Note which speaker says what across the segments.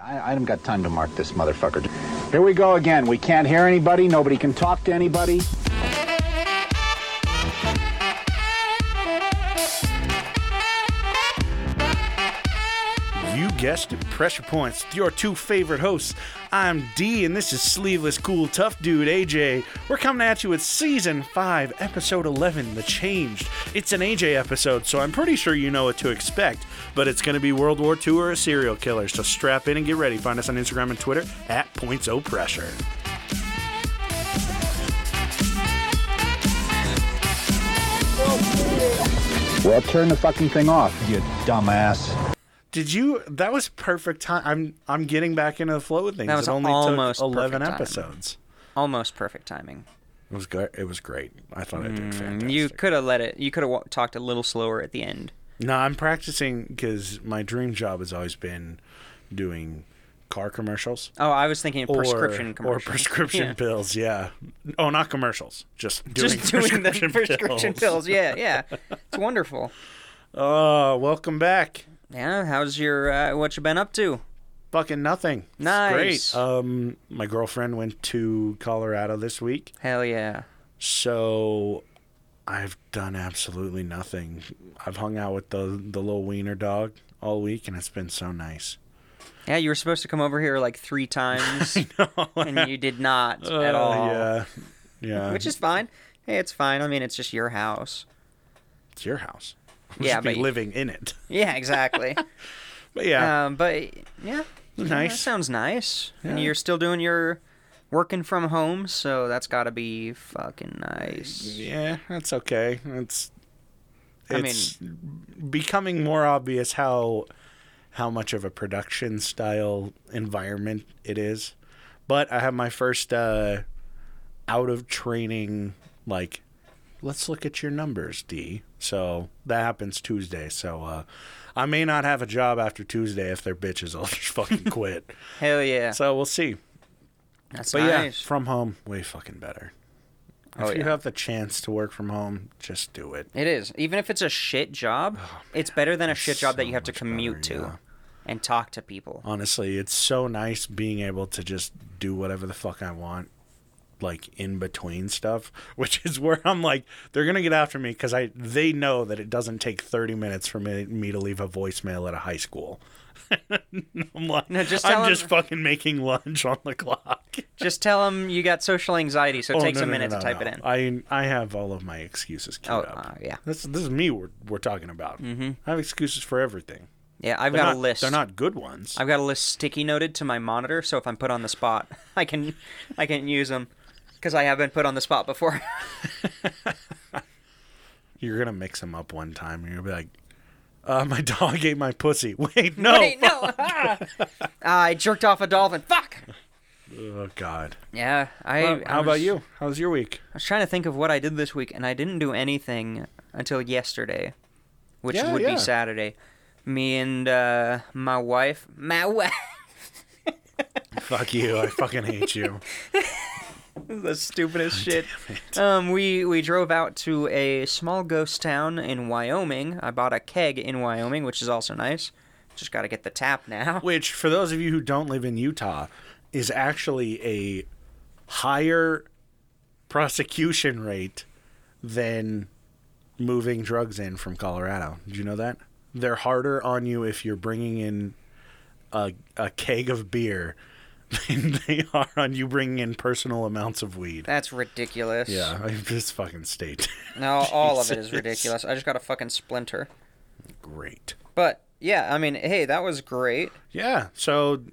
Speaker 1: I, I haven't got time to mark this motherfucker. Here we go again. We can't hear anybody. Nobody can talk to anybody.
Speaker 2: You guessed it, Pressure Points, with your two favorite hosts. I'm D, and this is Sleeveless Cool Tough Dude AJ. We're coming at you with Season 5, Episode 11, The Changed. It's an AJ episode, so I'm pretty sure you know what to expect, but it's going to be World War II or a serial killer, so strap in and get ready. Find us on Instagram and Twitter at Points O Pressure.
Speaker 1: Well, turn the fucking thing off, you dumbass.
Speaker 2: Did you? That was perfect time. I'm I'm getting back into the flow with things.
Speaker 3: That was
Speaker 2: it only
Speaker 3: almost
Speaker 2: took 11
Speaker 3: perfect time.
Speaker 2: episodes.
Speaker 3: Almost perfect timing.
Speaker 2: It was good. It was great. I thought I did fantastic.
Speaker 3: Mm, You could have let it. You could have wa- talked a little slower at the end.
Speaker 2: No, I'm practicing because my dream job has always been doing car commercials
Speaker 3: Oh, I was thinking of
Speaker 2: or
Speaker 3: prescription commercials.
Speaker 2: or prescription
Speaker 3: Yeah.
Speaker 2: pills. Yeah. Oh, not commercials. Just doing
Speaker 3: Just doing the
Speaker 2: prescription
Speaker 3: prescription
Speaker 2: pills.
Speaker 3: pills. Yeah, yeah. It's wonderful.
Speaker 2: Oh, welcome back.
Speaker 3: Yeah. How's your? Uh, what you been up to?
Speaker 2: Fucking nothing. It's
Speaker 3: Nice.
Speaker 2: great. Um, my girlfriend went to Colorado this week,
Speaker 3: Hell yeah.
Speaker 2: so I've done absolutely nothing. I've hung out with the the little wiener dog all week, and it's been so nice.
Speaker 3: Yeah, you were supposed to come over here like three times, and you did not at
Speaker 2: Uh,
Speaker 3: all.
Speaker 2: Yeah. Yeah.
Speaker 3: Which is fine. Hey, it's fine. I mean, it's just your house.
Speaker 2: It's your house. We
Speaker 3: Yeah,
Speaker 2: should be
Speaker 3: but-
Speaker 2: living in it.
Speaker 3: Yeah, exactly.
Speaker 2: But yeah,
Speaker 3: um, but yeah, Yeah, that
Speaker 2: nice.
Speaker 3: sounds nice. And
Speaker 2: Yeah.
Speaker 3: you're still doing your working from home, so that's got to be fucking nice.
Speaker 2: yeah, that's okay. It's
Speaker 3: I
Speaker 2: it's becoming more obvious how how much of a production style environment it is. But I have my first uh, out of training like let's look at your numbers, D. So that happens Tuesday. So uh, I may not have a job after Tuesday if their bitches all just fucking quit.
Speaker 3: Hell yeah.
Speaker 2: so we'll see.
Speaker 3: that's
Speaker 2: But
Speaker 3: nice.
Speaker 2: yeah, from home, way fucking better. If
Speaker 3: Oh,
Speaker 2: you
Speaker 3: yeah.
Speaker 2: have the chance to work from home, just do it.
Speaker 3: It is. Even if it's a shit
Speaker 2: Oh,
Speaker 3: job, it's better than a shit job that you have to commute
Speaker 2: better,
Speaker 3: to
Speaker 2: yeah.
Speaker 3: and talk to people.
Speaker 2: Honestly, it's so nice being able to just do whatever the fuck I want, like in between stuff, which is where I'm like, they're gonna get after me because I they know that it doesn't take 30 minutes for me, me to leave a voicemail at a high school. I'm like,
Speaker 3: No, just tell
Speaker 2: I'm
Speaker 3: 'em-
Speaker 2: just fucking making lunch on the clock.
Speaker 3: Just tell them you got social anxiety, so it
Speaker 2: Oh,
Speaker 3: takes
Speaker 2: no,
Speaker 3: a
Speaker 2: no, no,
Speaker 3: minute
Speaker 2: no,
Speaker 3: to type
Speaker 2: no.
Speaker 3: it in.
Speaker 2: I I have all of my excuses queued
Speaker 3: Oh,
Speaker 2: up.
Speaker 3: uh, yeah.
Speaker 2: This this is me we're we're talking about. Mm-hmm. I have excuses for everything.
Speaker 3: yeah, I've
Speaker 2: They're
Speaker 3: got
Speaker 2: not,
Speaker 3: a list.
Speaker 2: They're not good ones.
Speaker 3: I've got a list sticky noted to my monitor, so if I'm put on the spot, I can, I can use them, because I have been put on the spot before.
Speaker 2: You're gonna mix them up one time, and you'll be like, uh, "My dog ate my pussy." Wait, no.
Speaker 3: Wait, no. Ah! I jerked off a dolphin. Fuck.
Speaker 2: Oh God.
Speaker 3: Yeah, I.
Speaker 2: Uh,
Speaker 3: I
Speaker 2: how about
Speaker 3: was-
Speaker 2: you? How was your week?
Speaker 3: I was trying to think of what I did this week, and I didn't do anything until yesterday, which
Speaker 2: Yeah,
Speaker 3: would
Speaker 2: yeah.
Speaker 3: be Saturday. Me and uh, my wife, my wife,
Speaker 2: Fuck you. I fucking hate you.
Speaker 3: the stupidest shit. Um, we we drove out to a small ghost town in Wyoming. I bought a keg in Wyoming, which is also nice. Just got to get the tap now.
Speaker 2: Which, for those of you who don't live in Utah, is actually a higher prosecution rate than moving drugs in from Colorado. Did you know that? They're harder on you if you're bringing in a, a keg of beer than they are on you bringing in personal amounts of weed.
Speaker 3: That's ridiculous.
Speaker 2: yeah, I just fucking state.
Speaker 3: No, all of it is
Speaker 2: Jesus.
Speaker 3: ridiculous. I just got a fucking splinter.
Speaker 2: Great.
Speaker 3: But yeah, I mean, hey, that was great.
Speaker 2: Yeah, so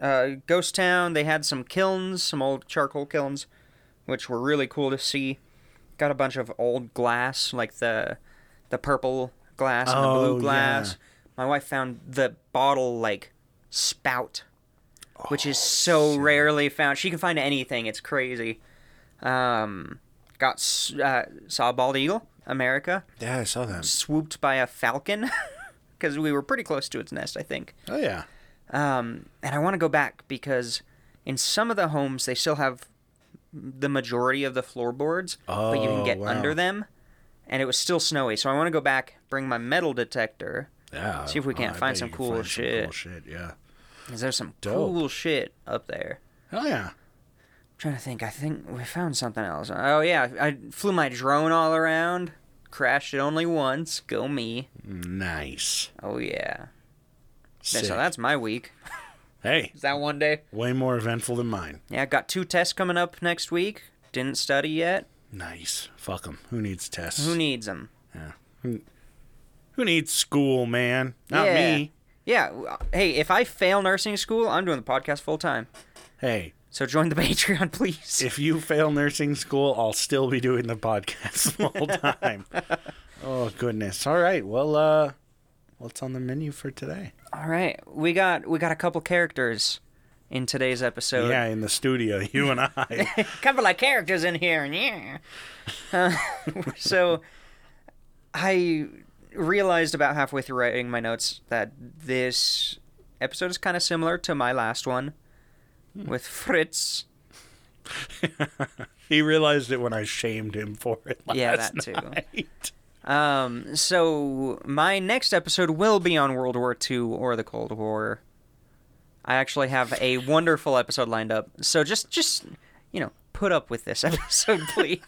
Speaker 3: Uh, Ghost Town, they had some kilns, some old charcoal kilns, which were really cool to see. Got a bunch of old glass, like the the purple glass and the
Speaker 2: Oh,
Speaker 3: blue glass. My wife found the bottle like spout, which is so rarely found. She can find anything. It's crazy. Um, got s- uh, saw a bald eagle, America,
Speaker 2: yeah, I saw that.
Speaker 3: swooped by a falcon, because we were pretty close to its nest, I think.
Speaker 2: Oh yeah.
Speaker 3: Um, and I want to go back because in some of the homes they still have the majority of the floorboards, but you
Speaker 2: Oh,
Speaker 3: can get
Speaker 2: wow.
Speaker 3: under them. And it was still snowy, so I want to go back, bring my metal detector.
Speaker 2: Yeah. Oh,
Speaker 3: See if we can't
Speaker 2: I
Speaker 3: find
Speaker 2: bet
Speaker 3: some
Speaker 2: you can
Speaker 3: cool
Speaker 2: find some
Speaker 3: shit.
Speaker 2: cool shit, yeah.
Speaker 3: 'Cause There's some
Speaker 2: Dope.
Speaker 3: cool shit up there.
Speaker 2: Hell Oh, yeah.
Speaker 3: trying to think. I think we found something else. Oh yeah, I flew my drone all around. Crashed it only once. Go me.
Speaker 2: Nice.
Speaker 3: Oh yeah.
Speaker 2: Sick.
Speaker 3: So that's my week.
Speaker 2: hey,
Speaker 3: Is that one day?
Speaker 2: way more eventful than mine.
Speaker 3: Yeah, I got two tests coming up next week. Didn't study yet.
Speaker 2: Nice. Fuck them. Who needs tests?
Speaker 3: Who needs them?
Speaker 2: yeah. Who, who needs school, man? Not
Speaker 3: yeah.
Speaker 2: me.
Speaker 3: Yeah. w- Hey, if I fail nursing school, I'm doing the podcast full time.
Speaker 2: Hey,
Speaker 3: So join the Patreon, please.
Speaker 2: if you fail nursing school, I'll still be doing the podcast the whole time. oh goodness. All right. Well, uh, what's on the menu for today?
Speaker 3: All right, we got we got a couple characters in today's episode.
Speaker 2: Yeah, in the studio, you and I.
Speaker 3: couple of characters in here, yeah. Uh, so I realized about halfway through writing my notes that this episode is kind of similar to my last one
Speaker 2: Hmm.
Speaker 3: with Fritz.
Speaker 2: he realized it when I shamed him for it. Last
Speaker 3: Yeah, that too.
Speaker 2: night.
Speaker 3: Um, so my next episode will be on World War II or the Cold War. I actually have a wonderful episode lined up. So just just you know, put up with this episode, please.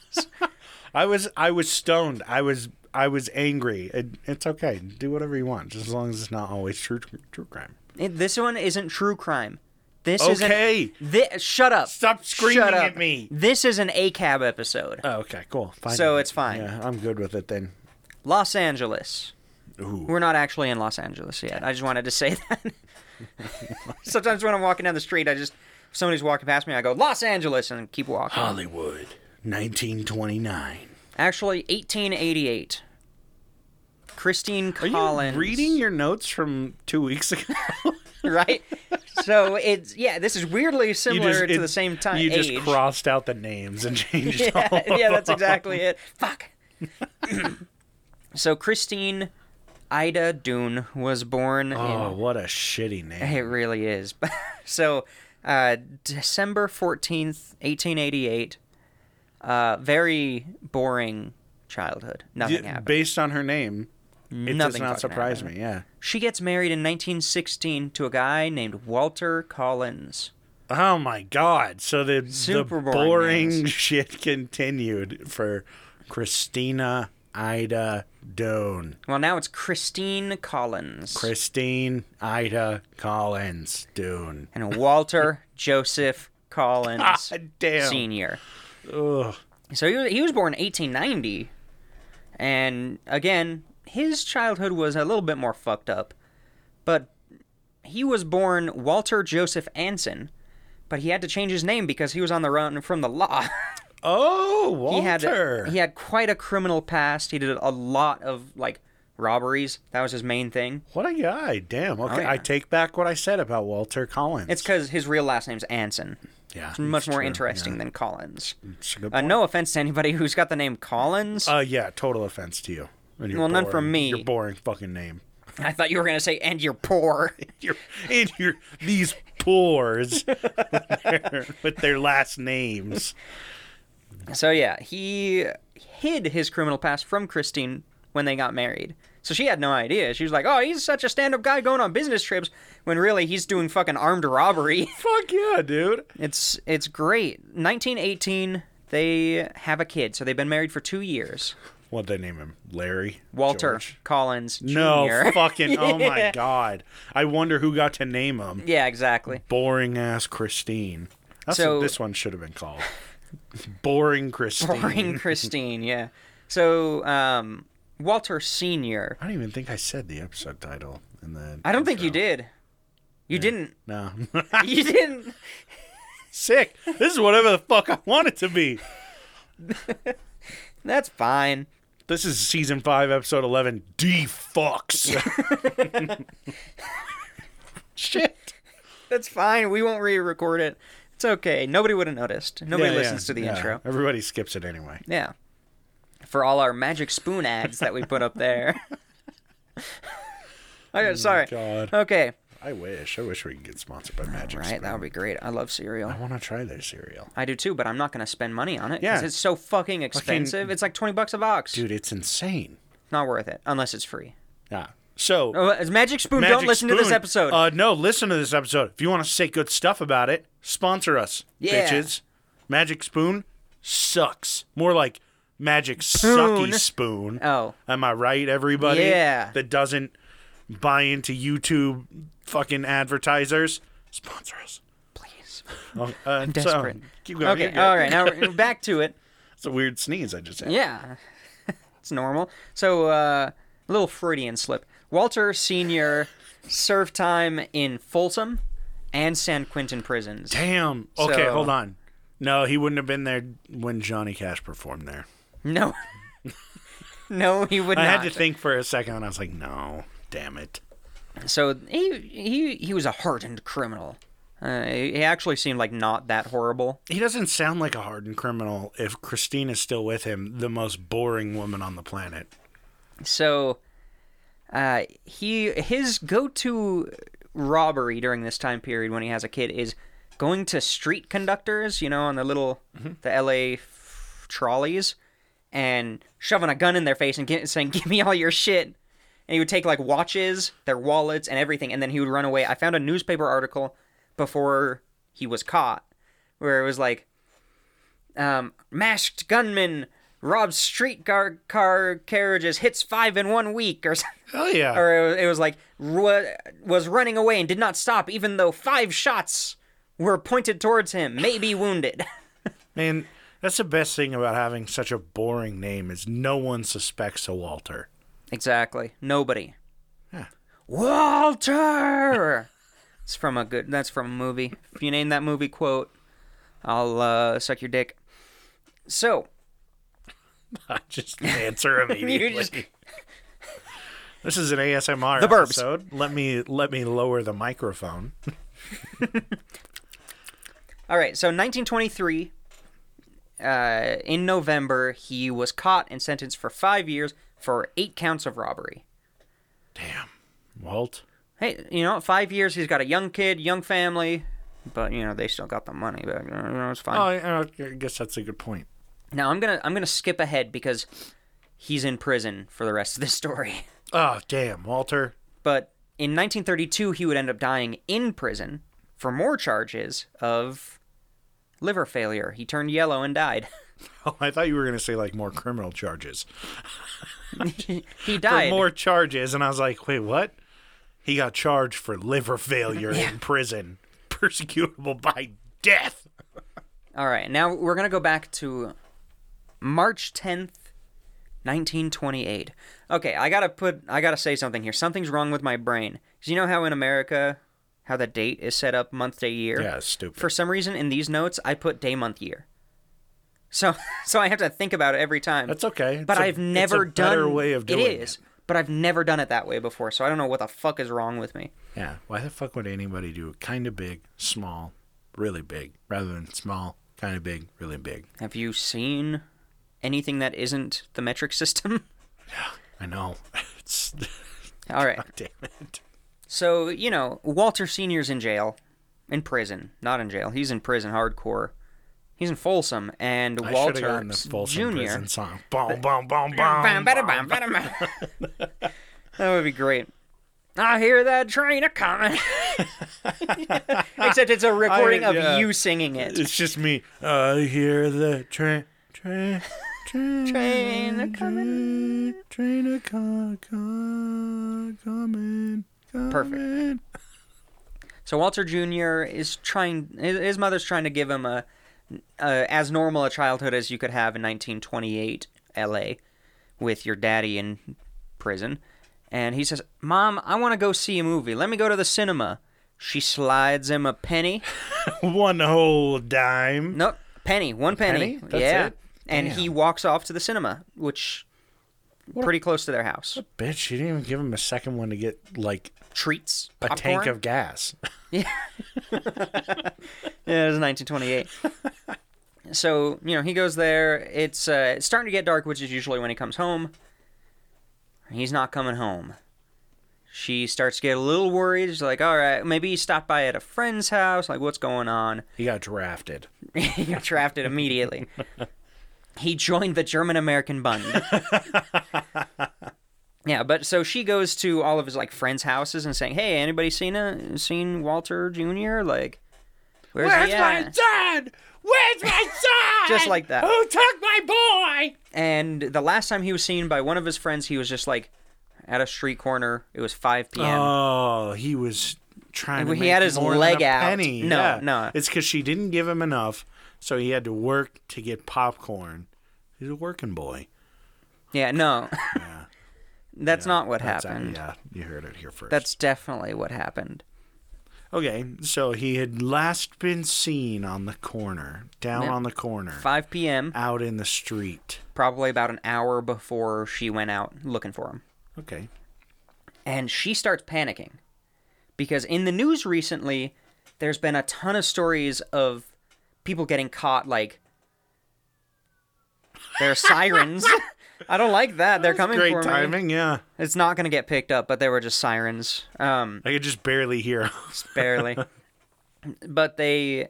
Speaker 2: I was I was stoned. I was I was angry. It, it's okay. Do whatever you want, just as long as it's not always true true crime.
Speaker 3: It- this one isn't true crime. This
Speaker 2: Okay.
Speaker 3: isn't. This, shut up.
Speaker 2: Stop screaming
Speaker 3: Shut up.
Speaker 2: at me.
Speaker 3: This is an ACAB episode.
Speaker 2: Oh, okay, cool. Fine.
Speaker 3: So it's fine.
Speaker 2: Yeah, I'm good with it then.
Speaker 3: Los Angeles.
Speaker 2: Ooh.
Speaker 3: We're not actually in Los Angeles yet. I just wanted to say that. Sometimes when I'm walking down the street, I just if somebody's walking past me, I go Los Angeles and keep walking.
Speaker 2: Hollywood, 1929.
Speaker 3: Actually, 1888. Christine
Speaker 2: Are you
Speaker 3: Collins.
Speaker 2: reading your notes from two weeks ago?
Speaker 3: right? So it's yeah. This is weirdly
Speaker 2: You
Speaker 3: similar to
Speaker 2: it-
Speaker 3: the same time.
Speaker 2: You
Speaker 3: age.
Speaker 2: just crossed out the names and changed
Speaker 3: yeah,
Speaker 2: all.
Speaker 3: yeah, that's exactly it. Fuck. so Christine Ida Dune was born
Speaker 2: Oh,
Speaker 3: in.
Speaker 2: what a shitty name.
Speaker 3: It really is. so, uh, December fourteenth, eighteen eighty-eight. Uh, very boring childhood. Nothing
Speaker 2: D-
Speaker 3: happened.
Speaker 2: Based on her name, it does
Speaker 3: Nothing
Speaker 2: not
Speaker 3: fucking
Speaker 2: surprise
Speaker 3: happened.
Speaker 2: me. Yeah.
Speaker 3: She gets married in 1916 to a guy named Walter Collins.
Speaker 2: Oh my god. So the
Speaker 3: Super
Speaker 2: the
Speaker 3: boring
Speaker 2: boring
Speaker 3: names.
Speaker 2: shit continued for Christina Ida Doan.
Speaker 3: Well, now it's Christine Collins
Speaker 2: Christine Ida Collins Doan.
Speaker 3: and Walter Joseph Collins
Speaker 2: God damn.
Speaker 3: Senior.
Speaker 2: Ugh.
Speaker 3: So he was, he was born 1890, and again, his childhood was a little bit more fucked up. But he was born Walter Joseph Anson, but he had to change his name because he was on the run from the law.
Speaker 2: Oh, Walter.
Speaker 3: he had he had quite a criminal past. He did a lot of like robberies. That was his main thing.
Speaker 2: what a guy. Damn. Okay,
Speaker 3: Oh, yeah.
Speaker 2: I take back what I said about Walter Collins.
Speaker 3: It's because his real last name's Anson.
Speaker 2: yeah,
Speaker 3: It's much
Speaker 2: it's
Speaker 3: more
Speaker 2: true.
Speaker 3: interesting than Collins.
Speaker 2: Yeah. It's a good
Speaker 3: Uh, no offense to anybody who's got the name Collins.
Speaker 2: Uh, yeah, total offense to you. And your
Speaker 3: Well, none from
Speaker 2: boring-
Speaker 3: me.
Speaker 2: Your boring fucking name.
Speaker 3: I thought you were gonna say, "And you're poor."
Speaker 2: Your and your these pores with, their, with their last names.
Speaker 3: So yeah, he hid his criminal past from Christine when they got married. So she had no idea. She was like, "Oh, he's such a stand-up guy going on business trips," when really he's doing fucking armed robbery.
Speaker 2: Fuck yeah, dude.
Speaker 3: it's it's great. 1918, they have a kid. So they've been married for 2 years.
Speaker 2: What'd they name him? Larry?
Speaker 3: Walter
Speaker 2: George?
Speaker 3: Collins Jr.
Speaker 2: No, fucking. Oh my
Speaker 3: Yeah.
Speaker 2: god. I wonder who got to name him.
Speaker 3: Yeah, exactly.
Speaker 2: Boring ass Christine. That's
Speaker 3: So-
Speaker 2: what this one should have been called. Boring Christine.
Speaker 3: Boring Christine, yeah. So, um, Walter Sr.
Speaker 2: I don't even think I said the episode title in the.
Speaker 3: I don't think you
Speaker 2: intro.
Speaker 3: did. You didn't.
Speaker 2: No.
Speaker 3: You didn't.
Speaker 2: Sick. This is whatever the fuck I want it to be.
Speaker 3: That's fine.
Speaker 2: This is season five, episode eleven. D fucks. Shit.
Speaker 3: That's fine. We won't re-record it. It's okay. Nobody would have noticed. Nobody
Speaker 2: Yeah,
Speaker 3: listens
Speaker 2: yeah,
Speaker 3: to the
Speaker 2: yeah.
Speaker 3: intro.
Speaker 2: Everybody skips it anyway.
Speaker 3: Yeah. For all our magic spoon ads that we put up there. okay, sorry.
Speaker 2: Oh God.
Speaker 3: Okay.
Speaker 2: I wish. I wish we could get sponsored by Magic.
Speaker 3: Right, that would be great. I love cereal.
Speaker 2: I want to try their cereal,
Speaker 3: I do too, but I'm not gonna spend money on it because
Speaker 2: Yeah.
Speaker 3: it's so fucking expensive. It's like twenty bucks a box.
Speaker 2: dude. It's insane.
Speaker 3: Not worth it unless it's free.
Speaker 2: Yeah. So
Speaker 3: Oh, it's Magic Spoon, don't
Speaker 2: Magic
Speaker 3: listen to this
Speaker 2: Spoon,
Speaker 3: episode.
Speaker 2: Uh, no, listen to this episode. If you want to say good stuff about it, sponsor us,
Speaker 3: Yeah.
Speaker 2: bitches. Magic Spoon sucks. More like Magic Sucky Spoon.
Speaker 3: Oh.
Speaker 2: Am I right, everybody?
Speaker 3: Yeah.
Speaker 2: That doesn't buy into YouTube fucking advertisers. Sponsor us.
Speaker 3: Please.
Speaker 2: Oh, uh, I'm
Speaker 3: desperate.
Speaker 2: keep going.
Speaker 3: okay,
Speaker 2: You're good.
Speaker 3: all right, now we're back to it.
Speaker 2: It's a weird sneeze I just had.
Speaker 3: Yeah, it's normal. So, uh, a little Freudian slip. Walter Sr. served time in Folsom and San Quentin prisons.
Speaker 2: Damn. Okay,
Speaker 3: So-
Speaker 2: hold on. No, he wouldn't have been there when Johnny Cash performed there.
Speaker 3: No. no, he would
Speaker 2: I
Speaker 3: not.
Speaker 2: had to think for a second, and I was like, no, damn it.
Speaker 3: So he he he was a hardened criminal. Uh, he actually seemed like not that horrible.
Speaker 2: He doesn't sound like a hardened criminal if Christine is still with him, the most boring woman on the planet.
Speaker 3: So uh, he his go-to robbery during this time period when he has a kid is going to street conductors, you know, on the little the LA f- trolleys and shoving a gun in their face and get, saying, "Give me all your shit." And he would take like watches, their wallets, and everything, and then he would run away. I found a newspaper article before he was caught where it was like um, masked gunman robs streetcar car carriages, hits five in one week, or something.
Speaker 2: Hell yeah.
Speaker 3: Or it was, it was like ru- was running away and did not stop, even though five shots were pointed towards him, maybe wounded.
Speaker 2: Man, that's the best thing about having such a boring name is no one suspects a Walter.
Speaker 3: Exactly. Nobody. Walter. it's from a good. That's from a movie. If you name that movie quote, I'll uh, suck your dick. So
Speaker 2: I just answer immediately.
Speaker 3: just-
Speaker 2: This is an ASMR
Speaker 3: The burps.
Speaker 2: episode. Let me let me lower the microphone.
Speaker 3: All right, so 1923, uh, in November, he was caught and sentenced for five years for eight counts of robbery.
Speaker 2: Damn. Walt.
Speaker 3: Hey, you know, five years, he's got a young kid, young family, but, you know, they still got the money, but, you know, it's fine.
Speaker 2: Oh, I, I guess that's a good point.
Speaker 3: now, I'm going to I'm gonna skip ahead because he's in prison for the rest of this story.
Speaker 2: Oh, damn, Walter.
Speaker 3: But in 1932, he would end up dying in prison for more charges of liver failure. He turned yellow and died.
Speaker 2: Oh, I thought you were gonna say like more criminal charges.
Speaker 3: he
Speaker 2: For
Speaker 3: died.
Speaker 2: more charges, and I was like, wait, what? He got charged for liver failure in prison, persecutable by death.
Speaker 3: All right, now we're gonna go back to March tenth, nineteen twenty-eight. Okay, I gotta put, I gotta say something here. Something's wrong with my brain. 'Cause you know how in America, how the date is set up month, day, year.
Speaker 2: Yeah, it's stupid.
Speaker 3: For some reason, in these notes, I put day, month, year. So, so I have to think about it every time.
Speaker 2: That's okay. It's
Speaker 3: But
Speaker 2: a-
Speaker 3: i I've never
Speaker 2: it's a
Speaker 3: done
Speaker 2: better way of doing
Speaker 3: it. Is, but I've never done it that way before. So I don't know what the fuck is wrong with me.
Speaker 2: Yeah. Why the fuck would anybody do kind of big, small, really big, rather than small, kind of big, really big?
Speaker 3: Have you seen anything that isn't the metric system?
Speaker 2: I know. It's
Speaker 3: All right.
Speaker 2: damn it.
Speaker 3: So, you know, Walter Sr.'s in jail. In prison. Not in jail. He's in prison hardcore. He's in Folsom. And
Speaker 2: I should
Speaker 3: Walter
Speaker 2: have gotten the Folsom
Speaker 3: Jr.
Speaker 2: prison song. Boom, boom, boom,
Speaker 3: Bam,
Speaker 2: boom.
Speaker 3: bada, bam, bada, bam. that would be great. I hear that train a coming. Except it's a recording of
Speaker 2: yeah.
Speaker 3: you singing it.
Speaker 2: It's just me. I hear the train, train, train,
Speaker 3: Train a
Speaker 2: coming, train a co- co- coming,
Speaker 3: Perfect.
Speaker 2: coming.
Speaker 3: So Walter Jr. is trying. His his mother's trying to give him a, a as normal a childhood as you could have in 1928 L.A. with your daddy in prison, and he says, "Mom, I want to go see a movie. Let me go to the cinema." She slides him a penny.
Speaker 2: One whole dime.
Speaker 3: No, penny, one
Speaker 2: penny?
Speaker 3: penny.
Speaker 2: That's
Speaker 3: yeah,
Speaker 2: it?
Speaker 3: and he walks off to the cinema, which pretty close to their house.
Speaker 2: Bitch, you didn't even give him a second one to get like
Speaker 3: Treats,
Speaker 2: a tank
Speaker 3: popcorn.
Speaker 2: of gas.
Speaker 3: Yeah, it was 1928. so you know he goes there. It's uh, it's starting to get dark, which is usually when he comes home. He's not coming home. She starts to get a little worried. She's like, "All right, maybe he stopped by at a friend's house. Like, what's going on?"
Speaker 2: He got drafted.
Speaker 3: he got drafted immediately. he joined the German American Bund. Yeah, but so she goes to all of his like friends' houses and saying, "Hey, anybody seen a, seen Walter Jr.? Like, where's,
Speaker 2: Where's
Speaker 3: he at?"
Speaker 2: my son? Where's my son?
Speaker 3: Just like that.
Speaker 2: Who took my boy?
Speaker 3: And the last time he was seen by one of his friends, he was just like at a street corner. It was 5 p.m.
Speaker 2: Oh, he was trying to.
Speaker 3: He
Speaker 2: make
Speaker 3: had his
Speaker 2: more than
Speaker 3: leg
Speaker 2: a
Speaker 3: out.
Speaker 2: Penny.
Speaker 3: No,
Speaker 2: yeah.
Speaker 3: no.
Speaker 2: It's because she didn't give him enough, so he had to work to get popcorn. He's a working boy.
Speaker 3: yeah, no, that's not what
Speaker 2: That's- uh,
Speaker 3: happened.
Speaker 2: yeah, you heard it here first.
Speaker 3: That's definitely what happened.
Speaker 2: okay. So he had last been seen on the corner, down
Speaker 3: Yeah.
Speaker 2: on the corner,
Speaker 3: 5 p.m.
Speaker 2: out in the street.
Speaker 3: probably about an hour before she went out looking for him.
Speaker 2: Okay.
Speaker 3: And she starts panicking because in the news recently, there's been a ton of stories of people getting caught. Like, there are sirens. I don't like that. They're coming
Speaker 2: Great
Speaker 3: for me.
Speaker 2: timing. Yeah,
Speaker 3: It's not going to get picked up, but they were just sirens. Um,
Speaker 2: I could just barely hear.
Speaker 3: barely. but they,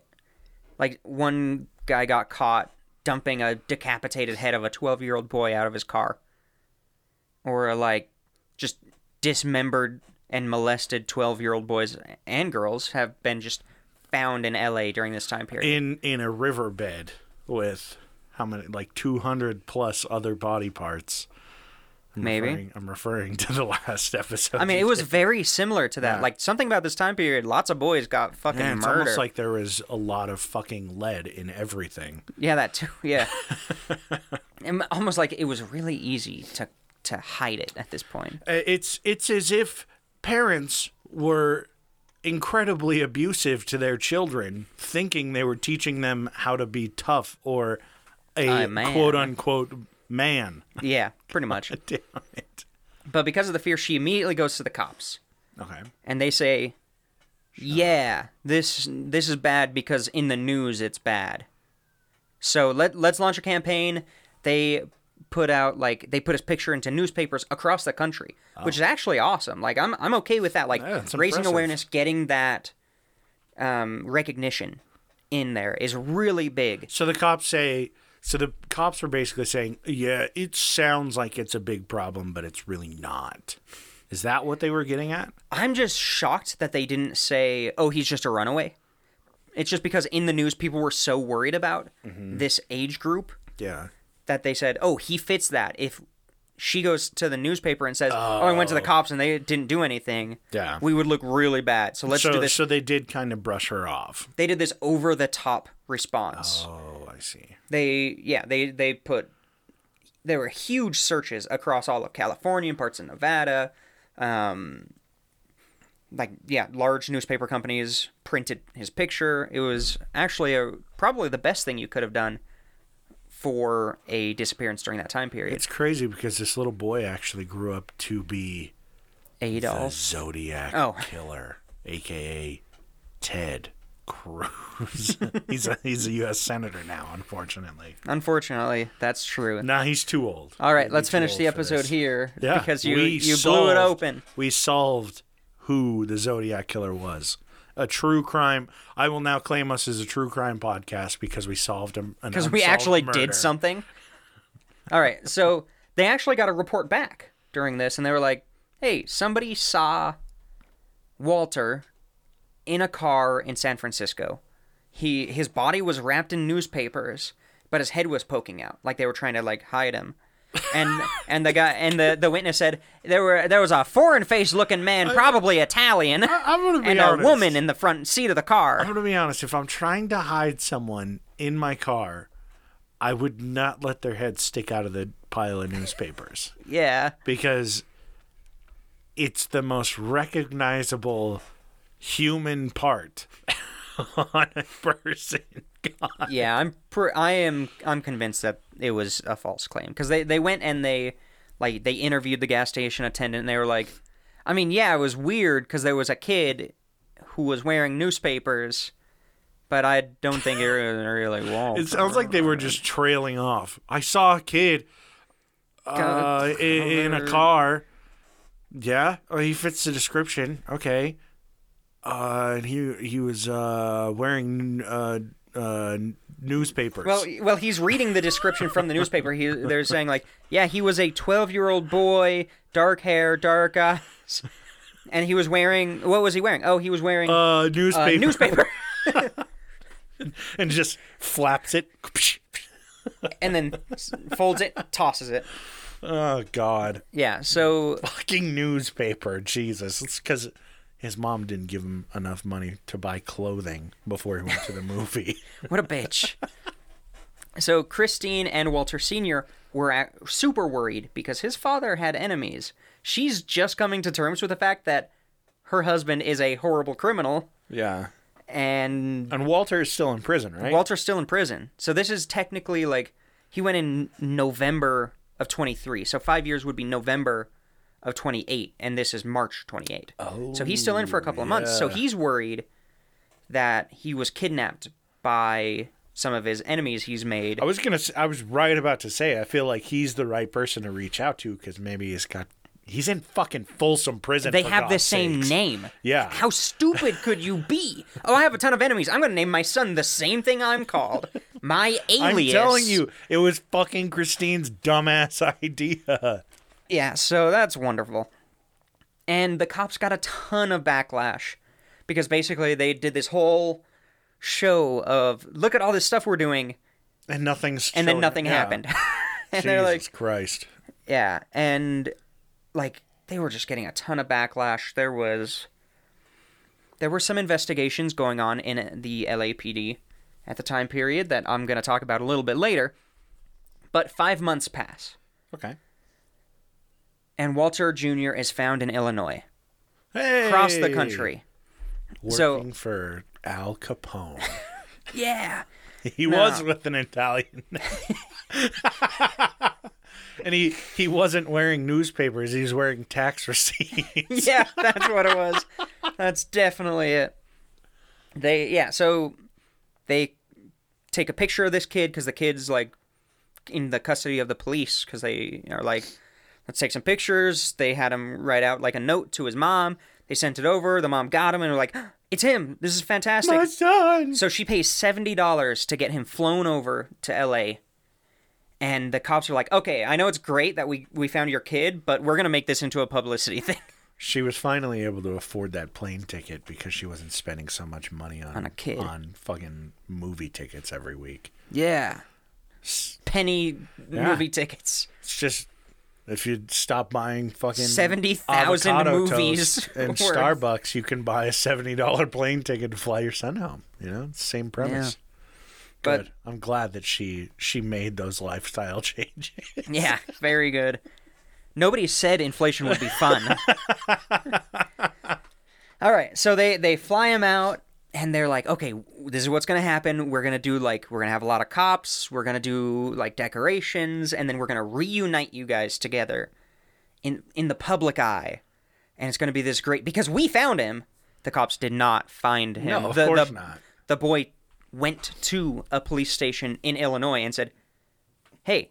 Speaker 3: like, one guy got caught dumping a decapitated head of a 12 year old boy out of his car. Or, like, just dismembered and molested 12 year old boys and girls have been just found in LA during this time period.
Speaker 2: in in a riverbed with how many like 200 plus other body parts I'm
Speaker 3: Maybe.
Speaker 2: referring, i'm referring to the last episode
Speaker 3: I mean, it was very similar to that.
Speaker 2: Yeah.
Speaker 3: Like, something about this time period, lots of boys got fucking
Speaker 2: yeah, it's
Speaker 3: murdered.
Speaker 2: almost like there was a lot of fucking lead in everything
Speaker 3: Yeah, that too. Yeah, Am- almost like it was really easy to to hide it at this point.
Speaker 2: Uh, it's it's as if parents were incredibly abusive to their children thinking they were teaching them how to be tough or a
Speaker 3: A man.
Speaker 2: quote unquote man
Speaker 3: Yeah, pretty much.
Speaker 2: damn it
Speaker 3: But because of the fear, she immediately goes to the cops,
Speaker 2: okay
Speaker 3: and they say, "Yeah, this this is bad because in the news it's bad. So let let's launch a campaign." They put out like they put his picture into newspapers across the country, which is actually awesome. Like I'm I'm okay with that. Like
Speaker 2: Oh. Yeah, it's
Speaker 3: raising
Speaker 2: impressive.
Speaker 3: awareness, getting that um, recognition in there is really big.
Speaker 2: So the cops say, so the cops are basically saying, yeah, it sounds like it's a big problem, but it's really not. Is that what they were getting at?
Speaker 3: I'm just shocked that they didn't say, "Oh, he's just a runaway." It's just because in the news people were so worried about
Speaker 2: Mm-hmm.
Speaker 3: this age group
Speaker 2: Yeah.
Speaker 3: that they said, "Oh, he fits that." If she goes to the newspaper and says, "Oh, I went to the cops and they didn't do anything,"
Speaker 2: Yeah.
Speaker 3: we would look really bad. So let's
Speaker 2: so,
Speaker 3: do this.
Speaker 2: so they did kind of brush her off.
Speaker 3: They did this over the top response.
Speaker 2: Oh, I see.
Speaker 3: They yeah they they put there were huge searches across all of California and parts of Nevada. Um, like yeah, large newspaper companies printed his picture. It was actually a probably the best thing you could have done for a disappearance during that time period.
Speaker 2: It's crazy because this little boy actually grew up to be a
Speaker 3: Adolf.
Speaker 2: Zodiac
Speaker 3: Oh.
Speaker 2: killer, aka Ted Cruz. he's a he's a U.S. senator now, unfortunately.
Speaker 3: Unfortunately, that's true.
Speaker 2: Nah, he's too old.
Speaker 3: All right,
Speaker 2: He'd be
Speaker 3: let's
Speaker 2: too
Speaker 3: finish
Speaker 2: old
Speaker 3: the
Speaker 2: for this.
Speaker 3: episode here
Speaker 2: Yeah,
Speaker 3: because you
Speaker 2: we
Speaker 3: you blew it
Speaker 2: solved-
Speaker 3: open.
Speaker 2: We solved who the Zodiac killer was. A true crime. I will now claim us as a true crime podcast because we solved him.
Speaker 3: because we actually did something. All right, so they actually got a report back during this, and they were like, "Hey, somebody saw Walter in a car in San Francisco. He his body was wrapped in newspapers, but his head was poking out, like they were trying to like hide him." and and the guy and the, the witness said there were there was a foreign face looking man, probably Italian,
Speaker 2: I'm gonna be
Speaker 3: and
Speaker 2: honest.
Speaker 3: a woman in the front seat of the car.
Speaker 2: I'm gonna be honest. If I'm trying to hide someone in my car, I would not let their head stick out of the pile of newspapers
Speaker 3: Yeah,
Speaker 2: because it's the most recognizable human part on a person.
Speaker 3: yeah, I'm pr- I am I'm convinced that it was a false claim because they they went and they like they interviewed the gas station attendant and they were like, I mean, yeah, it was weird because there was a kid who was wearing newspapers, but I don't think it was really was.
Speaker 2: It sounds like they were just trailing off. I saw a kid uh, i- in a car. Yeah, oh, he fits the description. Okay, uh, and he he was uh, wearing uh, uh, newspapers.
Speaker 3: Well, Oh, well, he's reading the description from the newspaper. He, they're saying like, yeah, he was a 12-year-old boy, dark hair, dark eyes, and he was wearing. What was he wearing? Oh, he was wearing a
Speaker 2: uh, newspaper.
Speaker 3: newspaper.
Speaker 2: and just flaps it.
Speaker 3: and then s- folds it, tosses it.
Speaker 2: Oh God,
Speaker 3: Yeah. So
Speaker 2: fucking newspaper, Jesus! It's because his mom didn't give him enough money to buy clothing before he went to the movie.
Speaker 3: what a bitch. So Christine and Walter Sr. were ac super worried because his father had enemies. She's just coming to terms with the fact that her husband is a horrible criminal
Speaker 2: yeah,
Speaker 3: and
Speaker 2: and Walter is still in prison, right?
Speaker 3: Walter's still in prison. So this is technically like he went in November of 23. So 5 years would be November of 28 and this is March 28. Oh. So he's still in for a couple of months.
Speaker 2: Oh,
Speaker 3: So he's worried that he was kidnapped by some of his enemies he's made.
Speaker 2: I was gonna. s- I was right about to say. I feel like he's the right person to reach out to because maybe he's got. He's in fucking Folsom prison.
Speaker 3: They
Speaker 2: for
Speaker 3: have the
Speaker 2: God's
Speaker 3: same
Speaker 2: sakes.
Speaker 3: name.
Speaker 2: Yeah.
Speaker 3: How stupid could you be? Oh, I have a ton of enemies. I'm going to name my son the same thing I'm called. My
Speaker 2: I'm
Speaker 3: alias.
Speaker 2: telling you, it was fucking Christine's dumbass idea.
Speaker 3: Yeah, so that's wonderful. And the cops got a ton of backlash because basically they did this whole show of look at all this stuff we're doing
Speaker 2: And nothing's. showing-
Speaker 3: and then nothing
Speaker 2: yeah.
Speaker 3: happened. and
Speaker 2: Jesus
Speaker 3: they're like
Speaker 2: Christ.
Speaker 3: yeah, and like they were just getting a ton of backlash. There was there were some investigations going on in the LAPD at the time period that I'm going to talk about a little bit later. But 5 months pass
Speaker 2: Okay.
Speaker 3: and Walter Jr. is found in Illinois
Speaker 2: Hey,
Speaker 3: across the country. So-
Speaker 2: Working for Al Capone.
Speaker 3: Yeah.
Speaker 2: He was with an Italian. and he he wasn't wearing newspapers. He was wearing tax receipts.
Speaker 3: Yeah, that's what it was. That's definitely it. They yeah, so they take a picture of this kid cuz the kid's like in the custody of the police cuz they are like let's take some pictures. They had him write out like a note to his mom. They sent it over. The mom got him and were like, "It's him. This is fantastic."
Speaker 2: My son.
Speaker 3: So she pays seventy dollars to get him flown over to L.A. And the cops are like, "Okay, I know it's great that we we found your kid, but we're gonna make this into a publicity thing
Speaker 2: She was finally able to afford that plane ticket because she wasn't spending so much money on,
Speaker 3: On a kid.
Speaker 2: on fucking movie tickets every week.
Speaker 3: Yeah, penny
Speaker 2: Yeah.
Speaker 3: movie tickets.
Speaker 2: It's just if you stop buying fucking
Speaker 3: 70,000
Speaker 2: avocado
Speaker 3: movies
Speaker 2: toast and
Speaker 3: worth.
Speaker 2: Starbucks, you can buy a seventy dollar plane ticket to fly your son home. You know, it's the same premise.
Speaker 3: But-
Speaker 2: Good. I'm glad that she she made those lifestyle changes.
Speaker 3: Yeah, very good. Nobody said inflation would be fun. All right, so they they fly him out and they're like, "Okay, this is what's going to happen. We're going to do like we're going to have a lot of cops, we're going to do like decorations, and then we're going to reunite you guys together in in the public eye. And it's going to be this great because we found him. The cops did not find him.
Speaker 2: No, of
Speaker 3: The-
Speaker 2: course
Speaker 3: the-
Speaker 2: not.
Speaker 3: The boy went to a police station in Illinois and said, "Hey,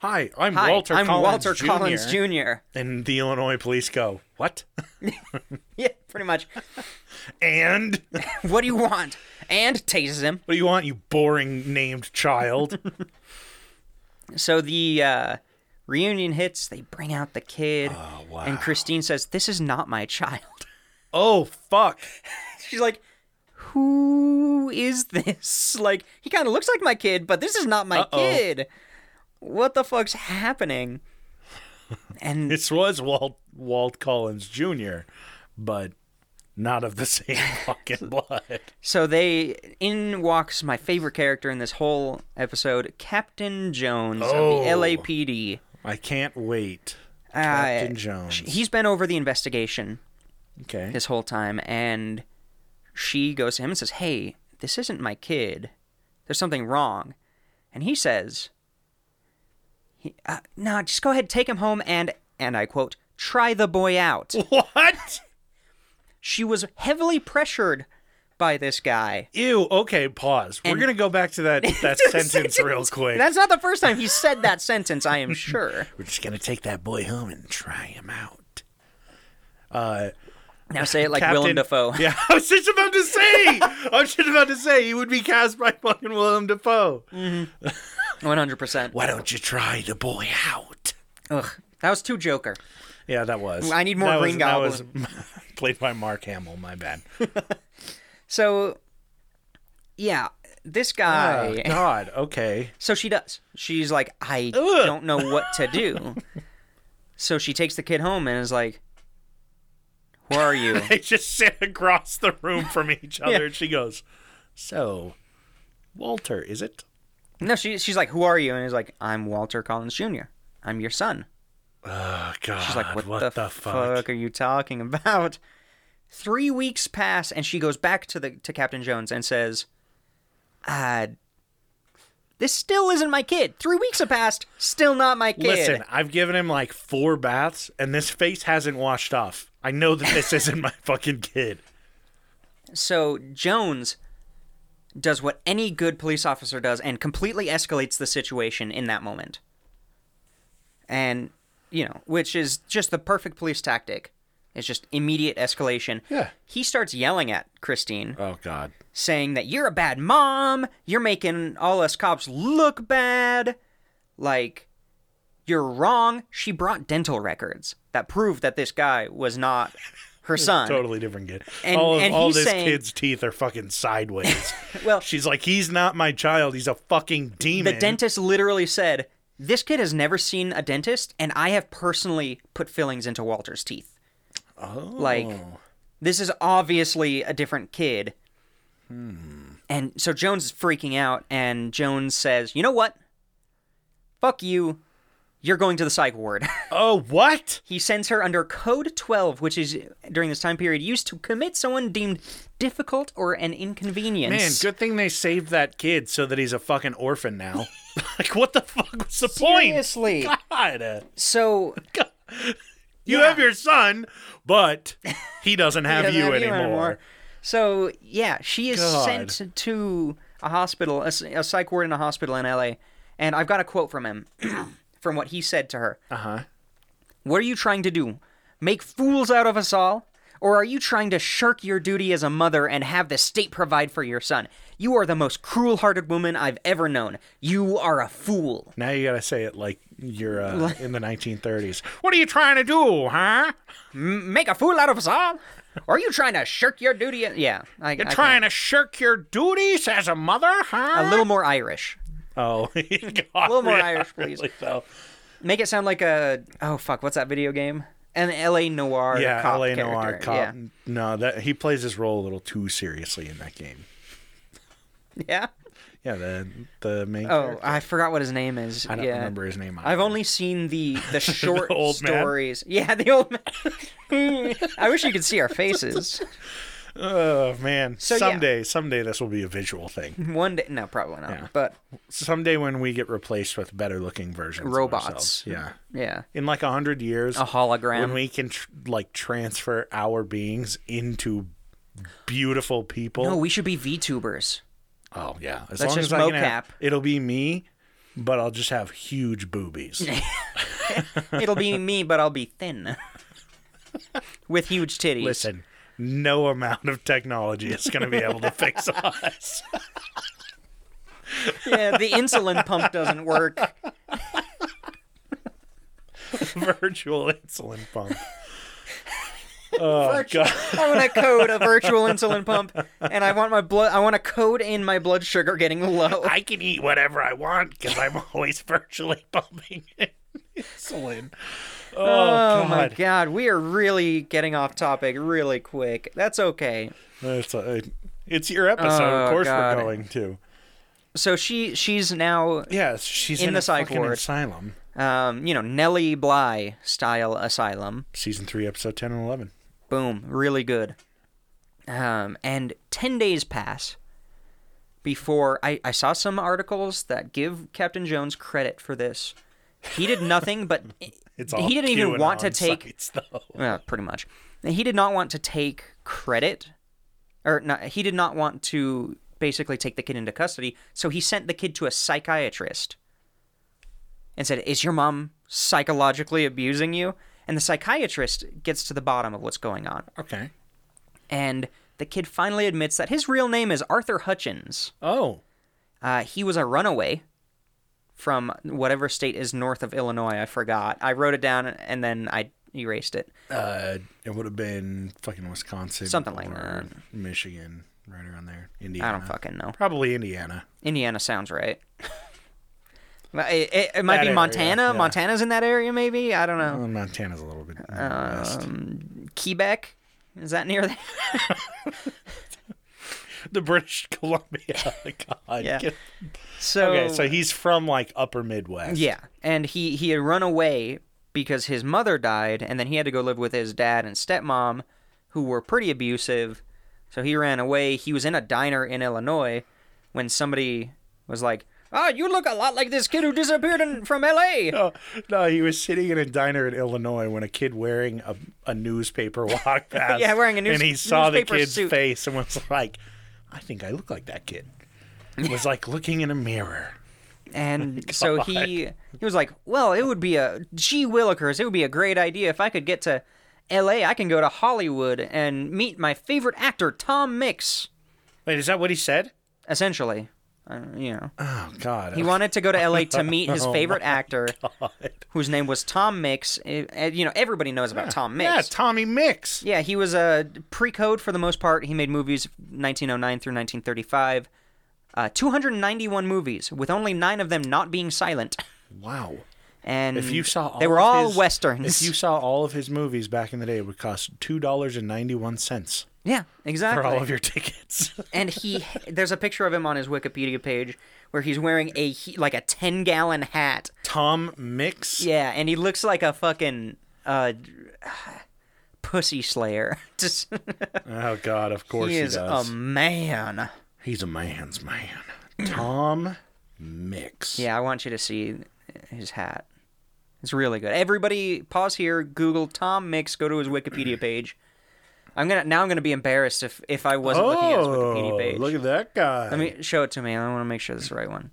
Speaker 2: Hi, I'm
Speaker 3: Hi,
Speaker 2: Walter
Speaker 3: I'm
Speaker 2: Collins
Speaker 3: Walter
Speaker 2: Jr.
Speaker 3: Collins Jr.
Speaker 2: And the Illinois police go, What?
Speaker 3: Yeah, pretty much.
Speaker 2: And what
Speaker 3: What do you want? And tases him.
Speaker 2: do you want, you boring named child?
Speaker 3: So the uh, reunion hits. They bring out the kid, and Christine says, "This is not my child."
Speaker 2: oh fuck.
Speaker 3: She's like, "Who is this? Like, he kind of looks like my kid, but this is not my
Speaker 2: Uh-oh.
Speaker 3: kid. What the fuck's happening?" And
Speaker 2: This was Walt Walt Collins Jr., but not of the same fucking blood.
Speaker 3: So they in walks my favorite character in this whole episode, Captain Jones
Speaker 2: Oh.
Speaker 3: of the LAPD.
Speaker 2: I can't wait.
Speaker 3: Uh,
Speaker 2: Captain Jones.
Speaker 3: He's been over the investigation
Speaker 2: Okay.
Speaker 3: this whole time, and she goes to him and says, Hey, this isn't my kid. There's something wrong. And he says, he, uh, No, just go ahead, take him home, and, and I quote, try the boy out.
Speaker 2: What?
Speaker 3: she was heavily pressured by this guy.
Speaker 2: Ew. Okay. Pause. We're
Speaker 3: And-
Speaker 2: gonna go back to that that sentence real quick.
Speaker 3: That's not the first time he said that sentence, I am sure.
Speaker 2: We're just gonna take that boy home and try him out. Uh,
Speaker 3: Now say it like
Speaker 2: Captain,
Speaker 3: Willem Dafoe.
Speaker 2: Yeah, I was just about to say. I was just about to say he would be cast by fucking Willem Dafoe.
Speaker 3: One hundred percent.
Speaker 2: Why don't you try the boy out?
Speaker 3: Ugh, that was too Joker.
Speaker 2: Yeah, that was.
Speaker 3: I need more
Speaker 2: that
Speaker 3: Green
Speaker 2: was, that
Speaker 3: Goblin.
Speaker 2: was played by Mark Hamill. My bad.
Speaker 3: So, yeah, this
Speaker 2: Oh,
Speaker 3: guy.
Speaker 2: God. Okay.
Speaker 3: So she does. She's like, I
Speaker 2: Ugh.
Speaker 3: don't know what to do. so she takes the kid home and is like, Where are you?
Speaker 2: They just sit across the room from each other,
Speaker 3: Yeah.
Speaker 2: and she goes, "So, Walter, is it?"
Speaker 3: no, she, she's like, Who are you? And he's like, I'm Walter Collins Jr. I'm your son.
Speaker 2: Oh God.
Speaker 3: She's like, What, the, fuck? are you talking about? Three weeks pass, and she goes back to the to Captain Jones and says, Uh, this still isn't my kid. Three weeks have passed, still not my kid.
Speaker 2: Listen, I've given him like four baths, and this face hasn't washed off. I know that this isn't my fucking kid.
Speaker 3: So Jones does what any good police officer does and completely escalates the situation in that moment. And, you know, which is just the perfect police tactic. It's just immediate escalation.
Speaker 2: Yeah.
Speaker 3: He starts yelling at Christine,
Speaker 2: Oh God.
Speaker 3: saying that you're a bad mom, you're making all us cops look bad, like you're wrong. She brought dental records that proved that this guy was not her son.
Speaker 2: Totally different kid.
Speaker 3: And-
Speaker 2: all
Speaker 3: and
Speaker 2: all
Speaker 3: he's
Speaker 2: this
Speaker 3: saying-
Speaker 2: kid's teeth are fucking sideways.
Speaker 3: Well,
Speaker 2: She's like, he's not my child. He's a fucking demon.
Speaker 3: The dentist literally said, This kid has never seen a dentist, and I have personally put fillings into Walter's teeth. Oh. Like, this is obviously a different kid. Hmm. And so Jones is freaking out, and Jones says, You know what? Fuck you. You're going to the psych ward.
Speaker 2: Oh what?
Speaker 3: he sends her under Code 12, which is, during this time period, used to commit someone deemed difficult or an inconvenience.
Speaker 2: Man, good thing they saved that kid so that he's a fucking orphan now. like, what the fuck was the
Speaker 3: Seriously.
Speaker 2: point? God. uh,
Speaker 3: So
Speaker 2: You have your son, but he doesn't have,
Speaker 3: doesn't
Speaker 2: you,
Speaker 3: have
Speaker 2: anymore.
Speaker 3: So yeah, she is
Speaker 2: God.
Speaker 3: sent to a hospital, a, s- a psych ward in a hospital in L.A. And I've got a quote from him, from what he said to her.
Speaker 2: Uh huh.
Speaker 3: What are you trying to do? Make fools out of us all? Or are you trying to shirk your duty as a mother and have the state provide for your son? You are the most cruel-hearted woman I've ever known. You are a fool.
Speaker 2: Now you gotta say it like you're uh, in the 1930s. What are you trying to do, huh?
Speaker 3: Make a fool out of us all? Or are you trying to shirk your duty? a- Yeah, I,
Speaker 2: You're
Speaker 3: I
Speaker 2: trying to shirk your duties as a mother, huh?
Speaker 3: can't- a little more Irish.
Speaker 2: Oh, a
Speaker 3: little more Irish, please.
Speaker 2: though.
Speaker 3: Make it sound like a oh fuck, what's that video game? An L.A. Noir
Speaker 2: Yeah,
Speaker 3: cop
Speaker 2: L.A.
Speaker 3: character.
Speaker 2: Noir cop.
Speaker 3: Yeah,
Speaker 2: No, that he plays his role a little too seriously in that game.
Speaker 3: yeah.
Speaker 2: Yeah, the the main.
Speaker 3: Oh,
Speaker 2: character.
Speaker 3: I forgot what his name is.
Speaker 2: I don't
Speaker 3: yeah.
Speaker 2: remember his name.
Speaker 3: I've only seen the the short
Speaker 2: old man?
Speaker 3: stories. Yeah, the old man. I wish you could see our faces.
Speaker 2: Oh man,
Speaker 3: So, yeah.
Speaker 2: someday, someday this will be a visual thing.
Speaker 3: One day, no, probably not. But
Speaker 2: Someday when we get replaced with better looking versions, of
Speaker 3: Robots.
Speaker 2: ourselves. yeah.
Speaker 3: yeah,
Speaker 2: In like a hundred years,
Speaker 3: a hologram.
Speaker 2: when we can tr- like transfer our beings into beautiful people.
Speaker 3: no, we should be VTubers.
Speaker 2: oh yeah, as
Speaker 3: That's
Speaker 2: long
Speaker 3: just
Speaker 2: as I can have-
Speaker 3: mocap.
Speaker 2: it'll be me, but I'll just have huge boobies.
Speaker 3: It'll be me, but I'll be thin, with huge titties.
Speaker 2: Listen, no amount of technology is going to be able to fix us.
Speaker 3: Yeah, the insulin pump doesn't work.
Speaker 2: Virtual insulin pump. Oh god.
Speaker 3: I want to code a virtual insulin pump, and I want my blood. I want to code in my blood sugar getting low.
Speaker 2: I can eat whatever I want because I'm always virtually pumping insulin. Oh, God.
Speaker 3: Oh my god, we are really getting off topic really quick. That's okay.
Speaker 2: It's, uh, it's your episode. of
Speaker 3: Oh,
Speaker 2: course
Speaker 3: God.
Speaker 2: we're going to.
Speaker 3: So she she's now
Speaker 2: Yeah, she's
Speaker 3: In
Speaker 2: in,
Speaker 3: the
Speaker 2: a
Speaker 3: psych
Speaker 2: fucking
Speaker 3: ward.
Speaker 2: asylum.
Speaker 3: um, you know, Nellie Bly style asylum.
Speaker 2: Season three, episode ten and eleven.
Speaker 3: Boom, really good. Um, and 10 days pass before I, I saw some articles that give Captain Jones credit for this. He did nothing but
Speaker 2: It's all
Speaker 3: he didn't even
Speaker 2: QAnon
Speaker 3: want to take
Speaker 2: sites, though.
Speaker 3: Well, pretty much. He did not want to take credit, or not, he did not want to basically take the kid into custody. So he sent the kid to a psychiatrist and said, "Is your mom psychologically abusing you?" And the psychiatrist gets to the bottom of what's going on.
Speaker 2: Okay.
Speaker 3: and the kid finally admits that his real name is Arthur Hutchins.
Speaker 2: Oh,
Speaker 3: Uh, he was a runaway from whatever state is north of Illinois. I forgot. I wrote it down and then I erased it.
Speaker 2: uh, it would have been fucking Wisconsin,
Speaker 3: Something like
Speaker 2: or
Speaker 3: that.
Speaker 2: Michigan, right around there. Indiana.
Speaker 3: I don't fucking know.
Speaker 2: Probably Indiana.
Speaker 3: Indiana sounds right. But it, it, it might
Speaker 2: That
Speaker 3: be
Speaker 2: area,
Speaker 3: Montana.
Speaker 2: yeah.
Speaker 3: Montana's in that area, maybe. I don't know.
Speaker 2: Well, Uh, Montana's a little bit. west.
Speaker 3: Um, Quebec is that near there?
Speaker 2: the British Columbia. God.
Speaker 3: Yeah.
Speaker 2: Get-
Speaker 3: So
Speaker 2: okay, so he's from like upper Midwest.
Speaker 3: Yeah, and he he had run away because his mother died, and then he had to go live with his dad and stepmom, who were pretty abusive. So he ran away. He was in a diner in Illinois when somebody was like, "Ah, you look a lot like this kid who disappeared in, from L.A."
Speaker 2: No, no, he was sitting in a diner in Illinois when a kid wearing a, a newspaper walked past.
Speaker 3: Yeah, wearing a news-
Speaker 2: And he saw the
Speaker 3: newspaper
Speaker 2: kid's
Speaker 3: suit.
Speaker 2: face and was like, I think I look like that kid. It was like looking in a mirror.
Speaker 3: And so he he was like, "Well, it would be a gee willikers, it would be a great idea if I could get to L.A. I can go to Hollywood and meet my favorite actor, Tom Mix."
Speaker 2: Wait, is that what he said?
Speaker 3: Essentially, uh, you know.
Speaker 2: Oh, God.
Speaker 3: He wanted to go to LA to meet his favorite actor,
Speaker 2: Oh God.
Speaker 3: whose name was Tom Mix. Eh, eh, You know, everybody knows about Tom Mix.
Speaker 2: Yeah, Tommy Mix.
Speaker 3: Yeah, he was a pre-code for the most part. He made movies 1909 through 1935. Uh, 291 movies, with only nine of them not being silent.
Speaker 2: Wow.
Speaker 3: And
Speaker 2: If you saw all
Speaker 3: they were
Speaker 2: of
Speaker 3: all
Speaker 2: his-
Speaker 3: westerns.
Speaker 2: If you saw all of his movies back in the day, it would cost $2.91
Speaker 3: yeah, exactly.
Speaker 2: for all of your tickets.
Speaker 3: and he there's a picture of him on his Wikipedia page where he's wearing a he- like a 10 gallon hat
Speaker 2: Tom Mix.
Speaker 3: Yeah, and he looks like a fucking uh, pussy slayer. Just
Speaker 2: Oh God, of course
Speaker 3: he
Speaker 2: he,
Speaker 3: is a
Speaker 2: does.
Speaker 3: man.
Speaker 2: He's a man's man. Tom Mix.
Speaker 3: Yeah, I want you to see his hat. It's really good. Everybody, pause here. Google Tom Mix. Go to his Wikipedia page. I'm gonna now. I'm gonna be embarrassed if if I wasn't looking at his Wikipedia
Speaker 2: Oh,
Speaker 3: page.
Speaker 2: look at that guy.
Speaker 3: Let me show it to me. I want to make sure this is the right one.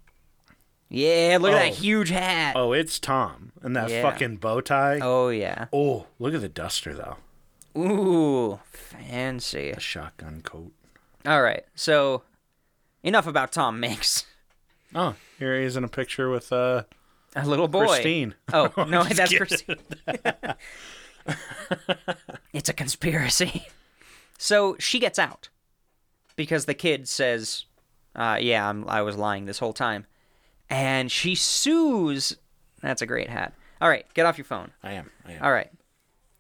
Speaker 3: Yeah, look at that
Speaker 2: Oh.
Speaker 3: huge hat.
Speaker 2: oh, it's Tom and that
Speaker 3: Yeah.
Speaker 2: fucking bow tie. Oh.
Speaker 3: Oh yeah.
Speaker 2: look at the duster though.
Speaker 3: Ooh, fancy.
Speaker 2: The shotgun coat.
Speaker 3: All right. So, enough about Tom Mix.
Speaker 2: Oh, here he is in a picture with uh,
Speaker 3: A little boy.
Speaker 2: Christine.
Speaker 3: Oh, no, that's Christine. it's a conspiracy. So she gets out because the kid says, uh, Yeah, I'm, I was lying this whole time. And she sues. That's a great hat. All right, get off your phone.
Speaker 2: I am. I am.
Speaker 3: All right.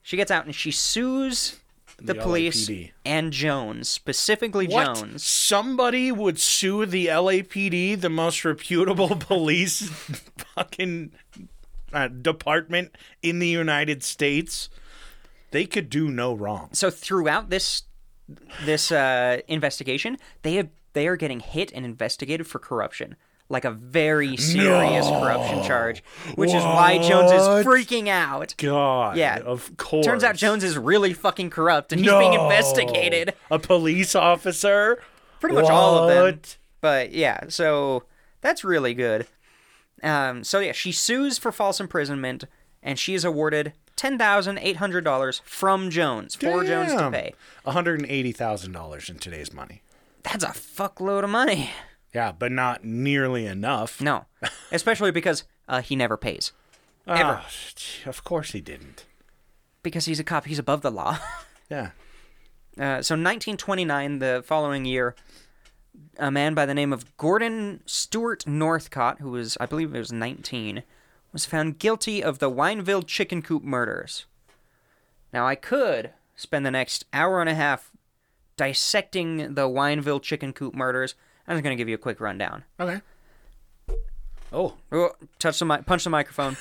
Speaker 3: She gets out and she sues the,
Speaker 2: The
Speaker 3: police
Speaker 2: LAPD.
Speaker 3: and Jones, specifically
Speaker 2: What?
Speaker 3: Jones.
Speaker 2: Somebody would sue the LAPD, the most reputable police fucking uh, department in the United States. They could do no wrong.
Speaker 3: so throughout this this uh, investigation, they have they are getting hit and investigated for corruption, like a very serious corruption charge, which is why Jones is
Speaker 2: What?
Speaker 3: freaking out.
Speaker 2: God.
Speaker 3: Yeah.
Speaker 2: Of course.
Speaker 3: Turns out Jones is really fucking corrupt, and he's
Speaker 2: No.
Speaker 3: being investigated.
Speaker 2: A police officer.
Speaker 3: Pretty much all of them.
Speaker 2: What?
Speaker 3: But yeah, so that's really good. Um, so yeah, she sues for false imprisonment, and she is awarded ten thousand eight hundred dollars from Jones for Jones to
Speaker 2: Damn.
Speaker 3: pay.
Speaker 2: $180,000 in today's money.
Speaker 3: That's a fuckload of money.
Speaker 2: Yeah, but not nearly enough.
Speaker 3: No, especially because uh, he never pays.
Speaker 2: Ah, of course he didn't.
Speaker 3: Because he's a cop, he's above the law.
Speaker 2: Yeah.
Speaker 3: Uh, so 1929, the following year, a man by the name of Gordon Stewart Northcott, who was, I believe, it was 19, was found guilty of the Wineville chicken coop murders. Now, I could spend the next hour and a half dissecting the Wineville chicken coop murders. I'm just gonna give you a quick rundown.
Speaker 2: Okay. Oh,
Speaker 3: Oh, touch the mi- punch the microphone.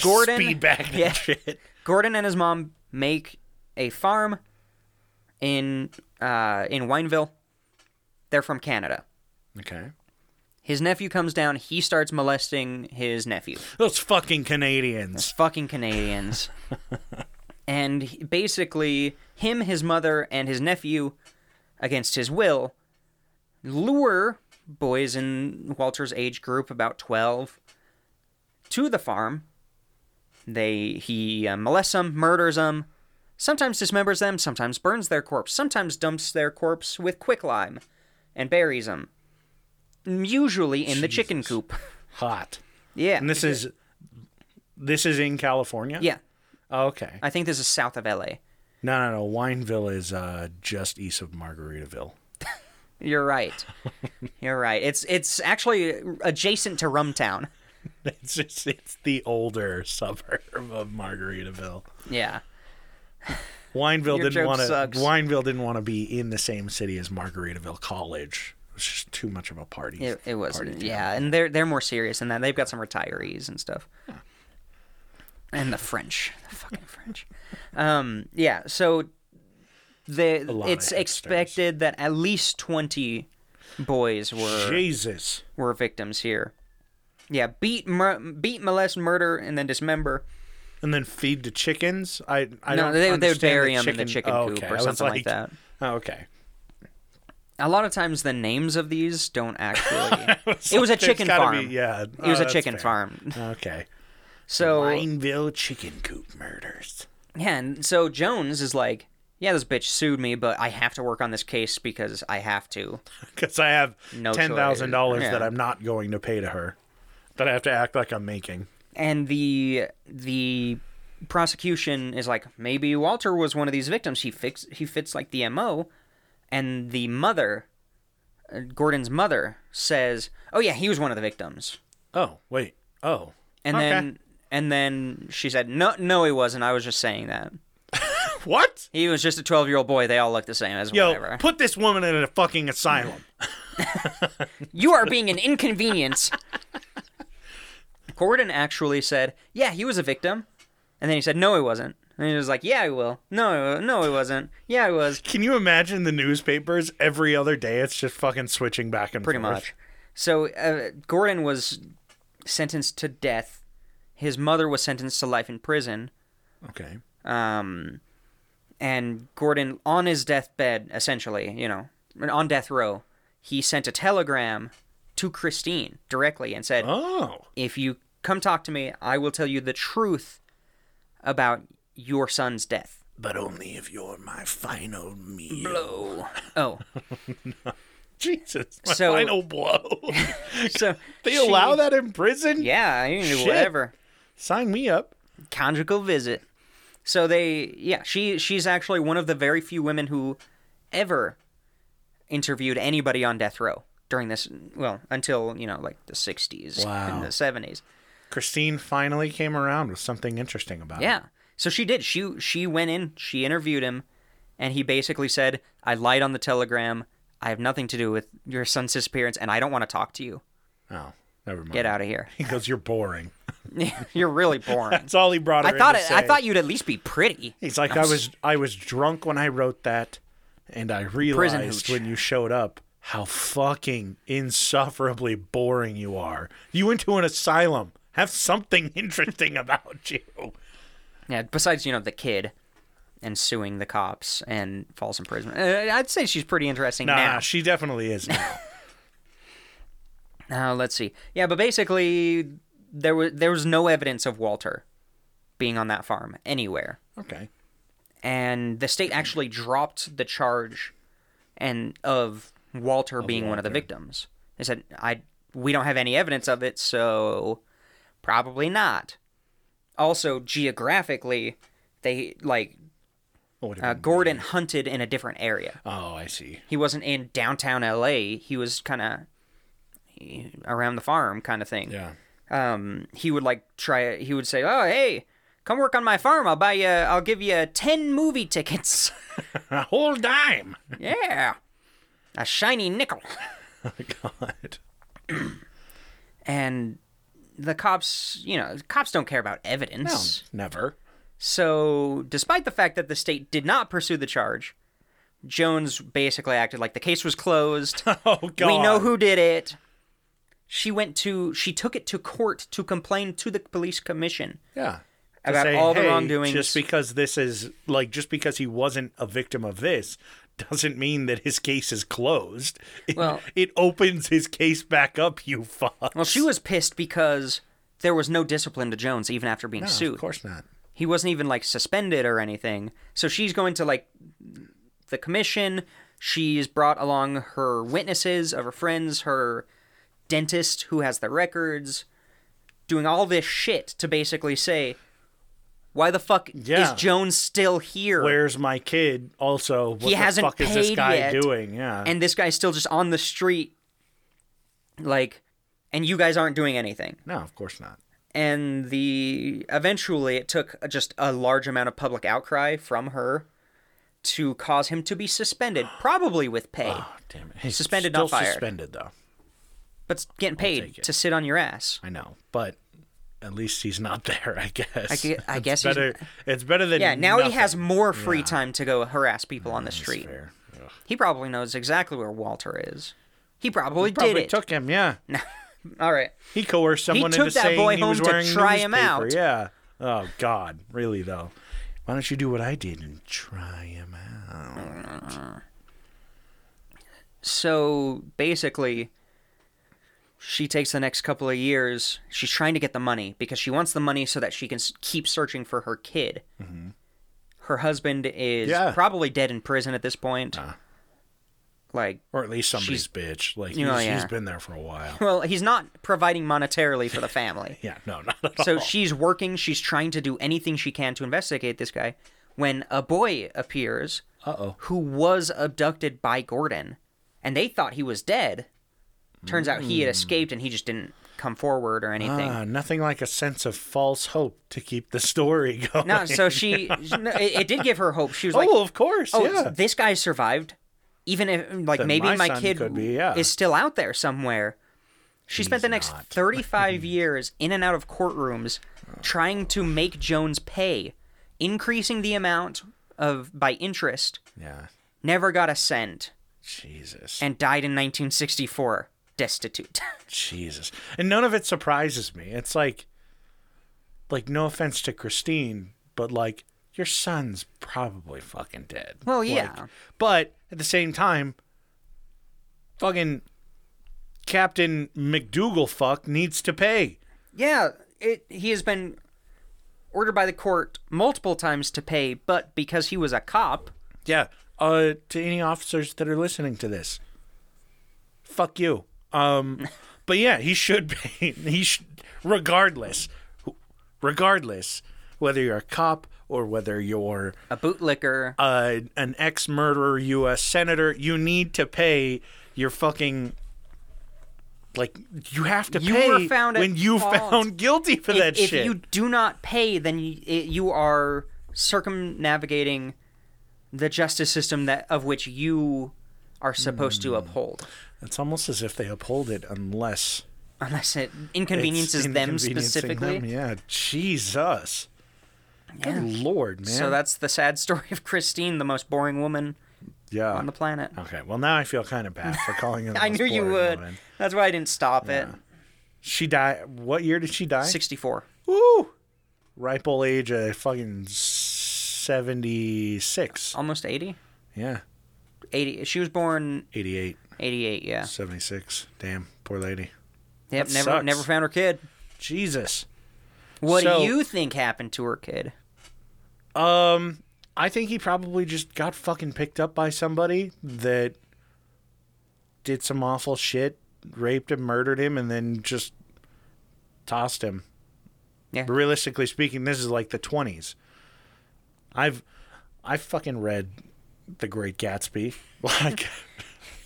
Speaker 3: Gordon
Speaker 2: speed back
Speaker 3: Yeah.
Speaker 2: that shit.
Speaker 3: Gordon and his mom make a farm in uh, in Wineville. They're from Canada.
Speaker 2: Okay.
Speaker 3: His nephew comes down. He starts molesting his nephew.
Speaker 2: Those fucking Canadians.
Speaker 3: Fucking Canadians. and he- basically, him, his mother, and his nephew, against his will, lure boys in Walter's age group, about twelve, to the farm. They he uh, molests them, murders them, Sometimes dismembers them, sometimes burns their corpse, sometimes dumps their corpse with quicklime and buries them. Usually in the chicken coop.
Speaker 2: Hot.
Speaker 3: Yeah.
Speaker 2: And this is this is in California.
Speaker 3: Yeah.
Speaker 2: Oh, okay.
Speaker 3: I think this is south of LA.
Speaker 2: No, no, no. Wineville is uh, just east of Margaritaville.
Speaker 3: You're right. You're right. It's it's actually adjacent to Rumtown.
Speaker 2: It's just, it's the older suburb of Margaritaville.
Speaker 3: Yeah.
Speaker 2: Wineville
Speaker 3: Your
Speaker 2: didn't
Speaker 3: joke
Speaker 2: want to.
Speaker 3: sucks.
Speaker 2: Wineville didn't want to be in the same city as Margaritaville College. It was just too much of a party.
Speaker 3: It, it was
Speaker 2: party town.
Speaker 3: yeah, and they're they're more serious than that. They've got some retirees and stuff. And the French, the fucking French. Um, yeah, so the
Speaker 2: lot of
Speaker 3: it's
Speaker 2: hipsters.
Speaker 3: expected that at least twenty boys were
Speaker 2: Jesus.
Speaker 3: were victims here. Yeah, beat, mur- beat, molest, murder, and then dismember.
Speaker 2: And then feed to chickens. I I
Speaker 3: No,
Speaker 2: don't.
Speaker 3: they- they would
Speaker 2: understand
Speaker 3: bury 'em in the chicken
Speaker 2: oh,
Speaker 3: coop
Speaker 2: okay.
Speaker 3: or
Speaker 2: I was
Speaker 3: something like that.
Speaker 2: Oh, okay.
Speaker 3: A lot of times, the names of these don't actually.
Speaker 2: Oh,
Speaker 3: it was a
Speaker 2: There's
Speaker 3: chicken
Speaker 2: gotta
Speaker 3: farm.
Speaker 2: Be, yeah. Oh,
Speaker 3: it was a chicken farm.
Speaker 2: Okay.
Speaker 3: So
Speaker 2: Wineville chicken coop murders.
Speaker 3: Yeah, and so Jones is like, yeah, this bitch sued me, but I have to work on this case because I have to.
Speaker 2: Because I have
Speaker 3: No
Speaker 2: ten thousand dollars
Speaker 3: choice.
Speaker 2: that
Speaker 3: Yeah.
Speaker 2: I'm not going to pay to her. That I have to act like I'm making.
Speaker 3: And the the prosecution is like, maybe Walter was one of these victims. He fix he fits like the MO, and the mother, uh, Gordon's mother, says, oh yeah, he was one of the victims.
Speaker 2: Oh wait. Oh.
Speaker 3: And
Speaker 2: Okay.
Speaker 3: then and then she said, no, no, he wasn't. I was just saying that.
Speaker 2: what?
Speaker 3: He was just a twelve year old boy. They all look the same as
Speaker 2: Yo,
Speaker 3: whatever.
Speaker 2: put this woman in a fucking asylum.
Speaker 3: You are being an inconvenience. Gordon actually said, Yeah, he was a victim. And then he said, No, he wasn't. And he was like, Yeah, I will. No, no, he wasn't. Yeah, I was.
Speaker 2: Can you imagine the newspapers every other day? It's just fucking switching back and
Speaker 3: Pretty
Speaker 2: forth.
Speaker 3: much. So uh, Gordon was sentenced to death. His mother was sentenced to life in prison.
Speaker 2: Okay.
Speaker 3: Um, and Gordon, on his deathbed, essentially, you know, on death row, he sent a telegram to Christine directly and said,
Speaker 2: Oh.
Speaker 3: if you come talk to me, I will tell you the truth about your son's death.
Speaker 2: But only if you're my final meal.
Speaker 3: Blow. Oh,
Speaker 2: Jesus. My
Speaker 3: So-
Speaker 2: final blow.
Speaker 3: so
Speaker 2: they
Speaker 3: she-
Speaker 2: allow that in prison?
Speaker 3: Yeah, I mean,
Speaker 2: Shit.
Speaker 3: whatever.
Speaker 2: Sign me up.
Speaker 3: Conjugal visit. So they, yeah, she she's actually one of the very few women who ever interviewed anybody on death row during this. Well, until you know, like the '60s
Speaker 2: Wow.
Speaker 3: and the '70s.
Speaker 2: Christine finally came around with something interesting about it.
Speaker 3: Yeah. So she did. She she went in, she interviewed him, and he basically said, "I lied on the telegram. I have nothing to do with your son's disappearance, and I don't want to talk to you.
Speaker 2: Oh, never mind.
Speaker 3: Get out of here.
Speaker 2: He goes, You're boring.
Speaker 3: You're really boring."
Speaker 2: That's all he brought her
Speaker 3: I thought
Speaker 2: in
Speaker 3: it,
Speaker 2: to
Speaker 3: I
Speaker 2: say.
Speaker 3: thought you'd at least be pretty.
Speaker 2: He's like, I was I was drunk when I wrote that, and I realized
Speaker 3: hooch.
Speaker 2: when you showed up how fucking insufferably boring you are. You went to an asylum. Have something interesting about you.
Speaker 3: Yeah. Besides, you know, the kid and suing the cops and false imprisonment. Uh, I'd say she's pretty interesting
Speaker 2: Nah,
Speaker 3: now.
Speaker 2: she definitely is. Now.
Speaker 3: Uh, let's see. Yeah, but basically, there was there was no evidence of Walter being on that farm anywhere.
Speaker 2: okay.
Speaker 3: and the state actually dropped the charge and of Walter being one of the victims. They said, "I we don't have any evidence of it, so probably not." Also, geographically, they like
Speaker 2: What do you
Speaker 3: uh,
Speaker 2: mean?
Speaker 3: Gordon hunted in a different area.
Speaker 2: Oh, I see.
Speaker 3: He wasn't in downtown L.A. He was kind of around the farm, kind of thing
Speaker 2: Yeah.
Speaker 3: um, he would like try. He would say, "Oh, hey, come work on my farm. I'll buy you. I'll give you ten movie tickets.
Speaker 2: A whole dime.
Speaker 3: yeah, a shiny nickel."
Speaker 2: Oh, God.
Speaker 3: And the cops, you know, cops don't care about evidence.
Speaker 2: Never.
Speaker 3: So, despite the fact that the state did not pursue the charge, Jones basically acted like the case was closed.
Speaker 2: Oh God.
Speaker 3: We know who did it. She went to. She took it to court to complain to the police commission.
Speaker 2: Yeah. To
Speaker 3: About all the wrongdoings.
Speaker 2: Just because this is like, just because he wasn't a victim of this, doesn't mean that his case is closed. It,
Speaker 3: Well-
Speaker 2: it opens his case back up. You fuck.
Speaker 3: Well, she was pissed because there was no discipline to Jones even after being sued.
Speaker 2: of course not.
Speaker 3: He wasn't even like suspended or anything. So she's going to like the commission. She's brought along her witnesses of her friends, her dentist who has the records, doing all this shit to basically say, why the fuck
Speaker 2: Yeah.
Speaker 3: is Jones still here?
Speaker 2: Where's my kid? Also, what
Speaker 3: he
Speaker 2: the
Speaker 3: hasn't
Speaker 2: fuck
Speaker 3: paid
Speaker 2: is this guy
Speaker 3: yet,
Speaker 2: doing? Yeah.
Speaker 3: and this guy's still just on the street, like, and you guys aren't doing anything.
Speaker 2: no, of course not.
Speaker 3: and the eventually it took just a large amount of public outcry from her to cause him to be suspended, probably with pay,
Speaker 2: Oh, damn it. He's
Speaker 3: Suspended,
Speaker 2: still
Speaker 3: not fired.
Speaker 2: Suspended though.
Speaker 3: but getting paid
Speaker 2: take it.
Speaker 3: to sit on your ass.
Speaker 2: I know, but at least he's not there. I guess.
Speaker 3: I gue- I
Speaker 2: It's
Speaker 3: guess he's-
Speaker 2: better. It's better than
Speaker 3: Yeah, now he
Speaker 2: Mm, nothing. Mm,
Speaker 3: has more free time to go harass people on the
Speaker 2: That's
Speaker 3: street.
Speaker 2: fair. Ugh.
Speaker 3: He probably knows exactly where Walter is. He probably, did
Speaker 2: Probably
Speaker 3: it.
Speaker 2: took him. Yeah.
Speaker 3: All right.
Speaker 2: He coerced someone
Speaker 3: took
Speaker 2: into
Speaker 3: that
Speaker 2: saying
Speaker 3: boy
Speaker 2: he was
Speaker 3: home to
Speaker 2: wearing
Speaker 3: try him
Speaker 2: newspaper.
Speaker 3: out.
Speaker 2: Yeah. Oh God, really though. Why don't you do what I did and try him out?
Speaker 3: So basically, she takes the next couple of years. She's trying to get the money because she wants the money so that she can s- keep searching for her kid. Her husband is
Speaker 2: Yeah.
Speaker 3: probably dead in prison at this point. Like,
Speaker 2: Or at least somebody's
Speaker 3: She's-
Speaker 2: bitch. Like
Speaker 3: Oh,
Speaker 2: he's,
Speaker 3: yeah.
Speaker 2: he's been there for a while.
Speaker 3: well, he's not providing monetarily for the family.
Speaker 2: Yeah. No, not at all.
Speaker 3: so she's working. She's trying to do anything she can to investigate this guy. When a boy appears,
Speaker 2: Uh oh.
Speaker 3: who was abducted by Gordon, and they thought he was dead. Turns out he had escaped and he just didn't come forward or anything.
Speaker 2: Hmm. Ah, nothing like a sense of false hope to keep the story going.
Speaker 3: no, so she, no, it, it did give her hope. She was like,
Speaker 2: oh, of course.
Speaker 3: "Oh,
Speaker 2: yeah.
Speaker 3: this guy survived. Even if, like,
Speaker 2: Then
Speaker 3: maybe
Speaker 2: my
Speaker 3: my
Speaker 2: son
Speaker 3: kid
Speaker 2: could be, yeah."
Speaker 3: is still out there somewhere." She spent the next
Speaker 2: not.
Speaker 3: 35 years in and out of courtrooms trying to make Jones pay, increasing the amount of by interest,
Speaker 2: Yeah.
Speaker 3: never got a cent.
Speaker 2: Jesus.
Speaker 3: and died in 1964, destitute.
Speaker 2: Jesus. And none of it surprises me. It's like like no offense to Christine, but like your son's probably fucking dead.
Speaker 3: Well,
Speaker 2: Like,
Speaker 3: yeah.
Speaker 2: but at the same time, fucking Captain McDougal fuck needs to pay.
Speaker 3: yeah, it, he has been ordered by the court multiple times to pay, but because he was a cop,
Speaker 2: Yeah. Uh to any officers that are listening to this. Fuck you. Um but yeah, he should pay. He should, regardless regardless whether you're a cop or whether you're
Speaker 3: a bootlicker,
Speaker 2: uh, an ex murderer U.S. senator, you need to pay your fucking. Like you have to
Speaker 3: You
Speaker 2: pay
Speaker 3: were found at
Speaker 2: when you
Speaker 3: fault.
Speaker 2: found guilty for
Speaker 3: if,
Speaker 2: that
Speaker 3: if
Speaker 2: shit.
Speaker 3: you do not pay, then you, it, you are circumnavigating the justice system that of which you are supposed
Speaker 2: Hmm.
Speaker 3: to uphold,
Speaker 2: It's almost as if they uphold it unless
Speaker 3: unless it
Speaker 2: it's
Speaker 3: inconveniences them
Speaker 2: inconveniencing
Speaker 3: specifically.
Speaker 2: them. Yeah, Jesus, good Oh, lord, man.
Speaker 3: So that's the sad story of Christine, the most boring woman
Speaker 2: yeah.
Speaker 3: on the planet.
Speaker 2: okay, well now I feel kind of bad for calling it.
Speaker 3: I knew you would. That's why I didn't stop it.
Speaker 2: She died. What year did she die?
Speaker 3: 64.
Speaker 2: Woo! Ripe old age of fucking seventy-six.
Speaker 3: Almost 80?
Speaker 2: Yeah.
Speaker 3: 80. She was born
Speaker 2: 88,
Speaker 3: 88, yeah.
Speaker 2: 76. Damn, poor lady.
Speaker 3: Yep,
Speaker 2: that
Speaker 3: never
Speaker 2: sucks.
Speaker 3: never found her kid.
Speaker 2: Jesus.
Speaker 3: What
Speaker 2: So-
Speaker 3: do you think happened to her kid?
Speaker 2: Um, I think he probably just got fucking picked up by somebody that did some awful shit, raped and murdered him, and then just tossed him.
Speaker 3: Yeah.
Speaker 2: Realistically speaking, this is like the 20s. I've I fucking read The Great Gatsby. Like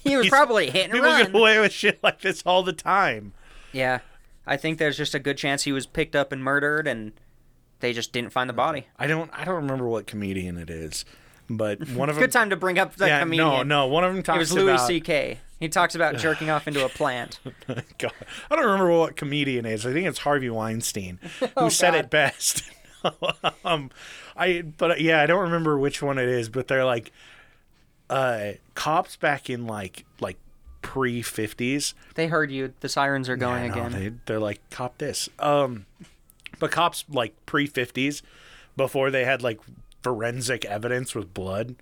Speaker 3: He was
Speaker 2: He's-
Speaker 3: probably hit and
Speaker 2: people get
Speaker 3: run.
Speaker 2: away with shit like this all the time.
Speaker 3: Yeah. I think there's just a good chance he was picked up and murdered and they just didn't find the body.
Speaker 2: I don't I don't remember what comedian it is, but one of them
Speaker 3: Good time to bring up the
Speaker 2: yeah,
Speaker 3: comedian.
Speaker 2: No, no, one of them talks
Speaker 3: It was Louis
Speaker 2: about.
Speaker 3: C.K. He talks about jerking off into a plant.
Speaker 2: God, I don't remember what comedian it is. I think it's Harvey Weinstein who said it best. um, I but yeah, I don't remember which one it is. But they're like, uh, cops back in like like pre fifties.
Speaker 3: They heard you. The sirens are going
Speaker 2: I know,
Speaker 3: again.
Speaker 2: They, they're like cop this. Um, but cops like pre fifties, before they had like forensic evidence with blood.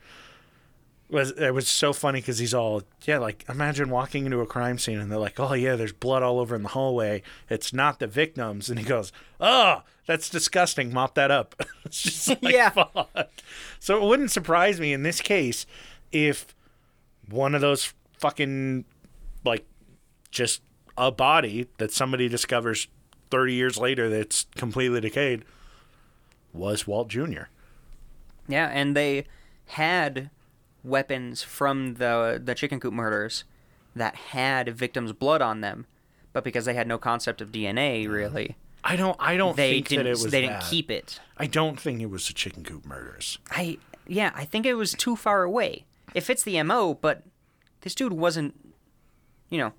Speaker 2: was it was so funny because he's all yeah like imagine walking into a crime scene and they're like oh yeah there's blood all over in the hallway it's not the victims and he goes oh that's disgusting mop that up it's just like,
Speaker 3: Yeah.
Speaker 2: fuck. so it wouldn't surprise me in this case if one of those fucking like just a body that somebody discovers 30 years later that's completely decayed was Walt Jr.
Speaker 3: Yeah, and they had weapons from the the chicken coop murders that had victims' blood on them, but because they had no concept of DNA, really,
Speaker 2: I don't I don't
Speaker 3: they
Speaker 2: think that
Speaker 3: didn't
Speaker 2: it was
Speaker 3: they didn't
Speaker 2: that.
Speaker 3: keep it.
Speaker 2: I don't think it was the chicken coop murders.
Speaker 3: I yeah, I think it was too far away. It fits the MO, but this dude wasn't, you know,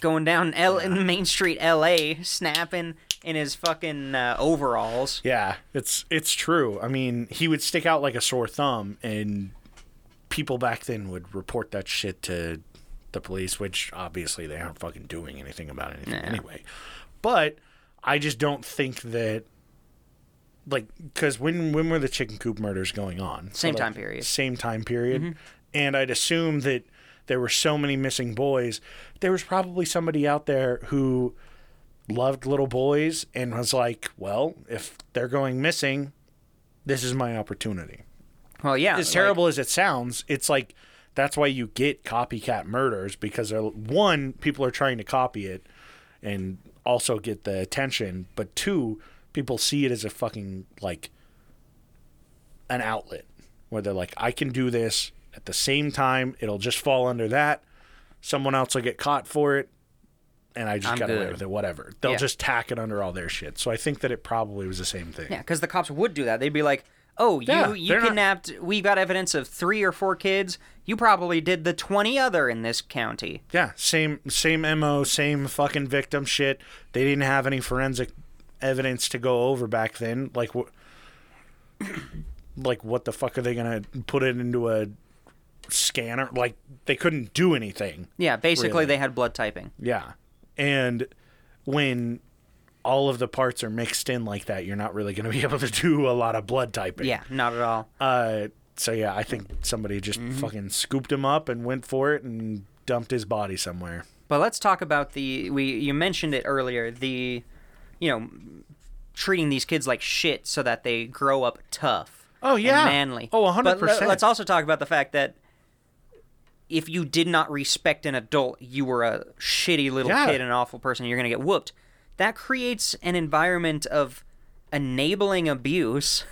Speaker 3: going down L in Main Street, L.A., snapping in his fucking uh, overalls.
Speaker 2: Yeah, it's it's true. I mean, he would stick out like a sore thumb and people back then would report that shit to the police, which obviously they aren't fucking doing anything about anything anyway. But I just don't think that like cuz when when were the chicken coop murders going on? So,
Speaker 3: Same
Speaker 2: like,
Speaker 3: time period. Mm-hmm.
Speaker 2: Same time period. And I'd assume that there were so many missing boys, there was probably somebody out there who loved little boys and was like, well, if they're going missing, this is my opportunity.
Speaker 3: Well, yeah,
Speaker 2: As
Speaker 3: like-
Speaker 2: terrible as it sounds, it's like that's why you get copycat murders because they're, one, people are trying to copy it and also get the attention, but two, people see it as a fucking like an outlet where they're like, I can do this at the same time, it'll just fall under that. Someone else will get caught for it, and I just
Speaker 3: I'm
Speaker 2: got away
Speaker 3: good.
Speaker 2: with it. Whatever. They'll
Speaker 3: Yeah.
Speaker 2: just tack it under all their shit. So I think that it probably was the same thing.
Speaker 3: Yeah, because the cops would do that. They'd be like, "Oh, you
Speaker 2: Yeah,
Speaker 3: you
Speaker 2: they're not-
Speaker 3: kidnapped. We got evidence of three or four kids. You probably did the twenty other in this county."
Speaker 2: Yeah, same same MO, same fucking victim shit. They didn't have any forensic evidence to go over back then. Like what like what the fuck are they going to put it into a scanner? Like they couldn't do anything.
Speaker 3: Yeah, basically
Speaker 2: Really?
Speaker 3: they had blood typing.
Speaker 2: Yeah. And when all of the parts are mixed in like that, you're not really going to be able to do a lot of blood typing.
Speaker 3: Yeah, not at all.
Speaker 2: Uh, so yeah, I think somebody just
Speaker 3: Mm-hmm.
Speaker 2: fucking scooped him up and went for it and dumped his body somewhere.
Speaker 3: But let's talk about the we you mentioned it earlier, the you know, treating these kids like shit so that they grow up tough.
Speaker 2: Oh,
Speaker 3: and
Speaker 2: yeah.
Speaker 3: manly.
Speaker 2: Oh,
Speaker 3: But
Speaker 2: 100%.
Speaker 3: le- let's also talk about the fact that if you did not respect an adult, you were a shitty little
Speaker 2: Yeah.
Speaker 3: kid, an awful person, you're going to get whooped. That creates an environment of enabling abuse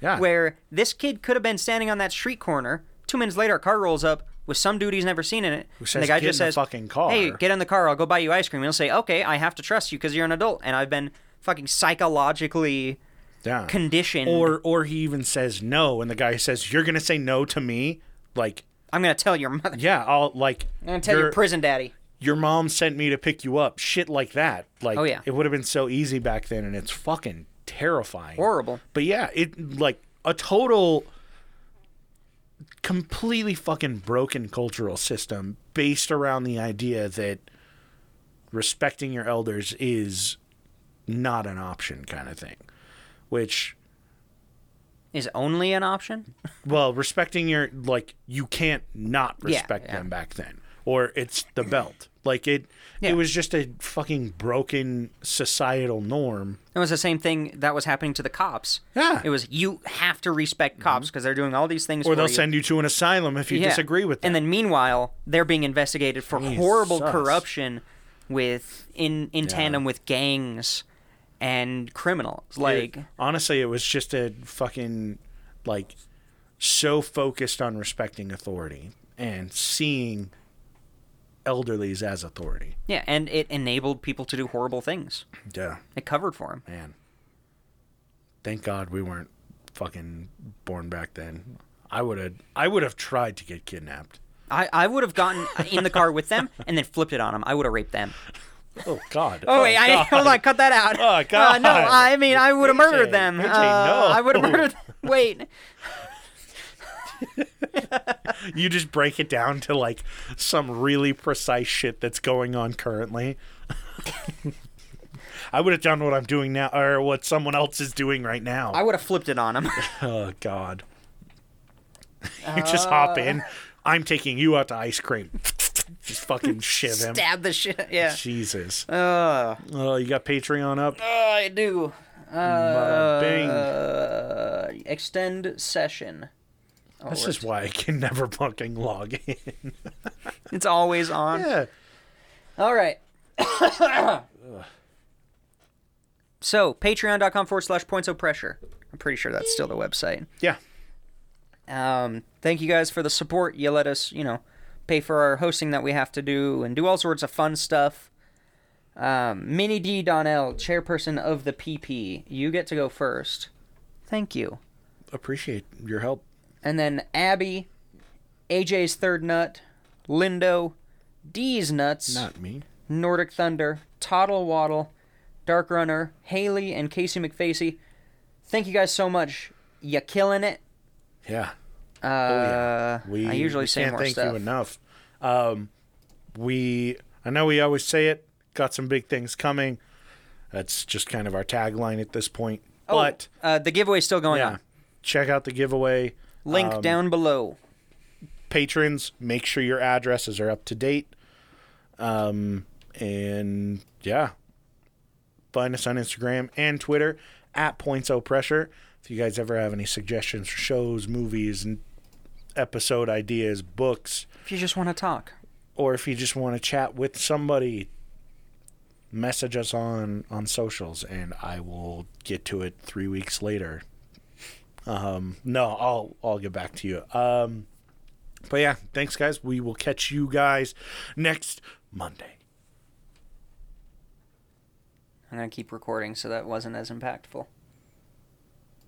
Speaker 2: Yeah.
Speaker 3: where this kid could have been standing on that street corner. Two minutes later, a car rolls up with some dude he's never seen in it.
Speaker 2: says,
Speaker 3: and the guy
Speaker 2: "Get
Speaker 3: just
Speaker 2: in the
Speaker 3: says,
Speaker 2: fucking car."
Speaker 3: Hey, get in the car. I'll go buy you ice cream. And he'll say, okay, I have to trust you because you're an adult. And I've been fucking psychologically
Speaker 2: Yeah.
Speaker 3: conditioned.
Speaker 2: or or he even says no and the guy says you're gonna say no to me like
Speaker 3: I'm going to tell your mother.
Speaker 2: yeah i'll like
Speaker 3: I'm going to tell your,
Speaker 2: your-
Speaker 3: prison daddy.
Speaker 2: your mom sent me to pick you up shit like that like
Speaker 3: Oh, yeah.
Speaker 2: it would have been so easy back then and it's fucking terrifying
Speaker 3: Horrible.
Speaker 2: but yeah it like a total completely fucking broken cultural system based around the idea that respecting your elders is not an option kind of thing which
Speaker 3: Is only an option?
Speaker 2: Well, respecting your like you can't not respect
Speaker 3: yeah.
Speaker 2: them back then. Or it's the belt. Like it
Speaker 3: Yeah.
Speaker 2: it was just a fucking broken societal norm.
Speaker 3: It was the same thing that was happening to the cops.
Speaker 2: Yeah. Mm-hmm.
Speaker 3: It was you have to respect cops because they're doing all these things
Speaker 2: Or
Speaker 3: for
Speaker 2: they'll
Speaker 3: you.
Speaker 2: send you to an asylum if you
Speaker 3: Yeah.
Speaker 2: disagree with them.
Speaker 3: And then meanwhile, they're being investigated for horrible
Speaker 2: Jesus.
Speaker 3: corruption with in in tandem with gangs and criminals. Like
Speaker 2: It- honestly, it was just a fucking like so focused on respecting authority and seeing elderlies as authority.
Speaker 3: yeah, and it enabled people to do horrible things.
Speaker 2: Yeah.
Speaker 3: It covered for them.
Speaker 2: Man. Thank God we weren't fucking born back then. I would have I would have tried to get kidnapped.
Speaker 3: I, I would have gotten in the car with them and then flipped it on them. I would have raped them.
Speaker 2: Oh God.
Speaker 3: Oh, wait, I,
Speaker 2: God.
Speaker 3: hold on, cut that out. Uh,
Speaker 2: Oh, God.
Speaker 3: no, I mean I would have
Speaker 2: AJ,
Speaker 3: murdered them.
Speaker 2: AJ,
Speaker 3: Uh, I would have
Speaker 2: no.
Speaker 3: murdered. Wait,
Speaker 2: You just break it down to like some really precise shit that's going on currently. I would have done what I'm doing now or what someone else is doing right now.
Speaker 3: I would have flipped it on them.
Speaker 2: oh God. you just
Speaker 3: Uh.
Speaker 2: hop in. I'm taking you out to ice cream. just fucking shiv him.
Speaker 3: Stab Uh. the shit. Yeah.
Speaker 2: Jesus. oh, you got Patreon up?
Speaker 3: Oh, I do.
Speaker 2: Uh, Bing.
Speaker 3: Uh, extend session. Oh,
Speaker 2: This
Speaker 3: we're-
Speaker 2: is why I can never fucking log in.
Speaker 3: It's always on.
Speaker 2: yeah.
Speaker 3: All right. so, patreon.com forward slash points of pressure. I'm pretty sure that's still the website.
Speaker 2: Yeah.
Speaker 3: Um, thank you guys for the support. You let us, you know, pay for our hosting that we have to do and do all sorts of fun stuff. Um, Minnie D. Donnell, chairperson of the PP. You get to go first. Thank you.
Speaker 2: Appreciate your help.
Speaker 3: And then Abby, AJ's Third Nut, Lindo, D's Nuts.
Speaker 2: Not me.
Speaker 3: Nordic Thunder, Toddle Waddle, Dark Runner, Haley, and Casey McFacey. Thank you guys so much. You killing it.
Speaker 2: Yeah.
Speaker 3: Uh,
Speaker 2: Oh, We
Speaker 3: I usually
Speaker 2: we
Speaker 3: say
Speaker 2: can't
Speaker 3: more
Speaker 2: thank
Speaker 3: stuff.
Speaker 2: you enough. Um, we I know we always say it. Got some big things coming. That's just kind of our tagline at this point. but
Speaker 3: oh, uh, the giveaway's still going
Speaker 2: yeah, um,
Speaker 3: on.
Speaker 2: check out the giveaway.
Speaker 3: Link down below.
Speaker 2: Patrons, make sure your addresses are up to date. Um, and yeah, find us on Instagram and Twitter at Points O Pressure. If you guys ever have any suggestions for shows, movies, and episode ideas, books,
Speaker 3: If you just want to talk.
Speaker 2: or if you just want to chat with somebody message us on on socials and i will get to it three weeks later um no i'll i'll get back to you um but yeah thanks guys we will catch you guys next monday
Speaker 3: I'm going to keep recording so that wasn't as impactful.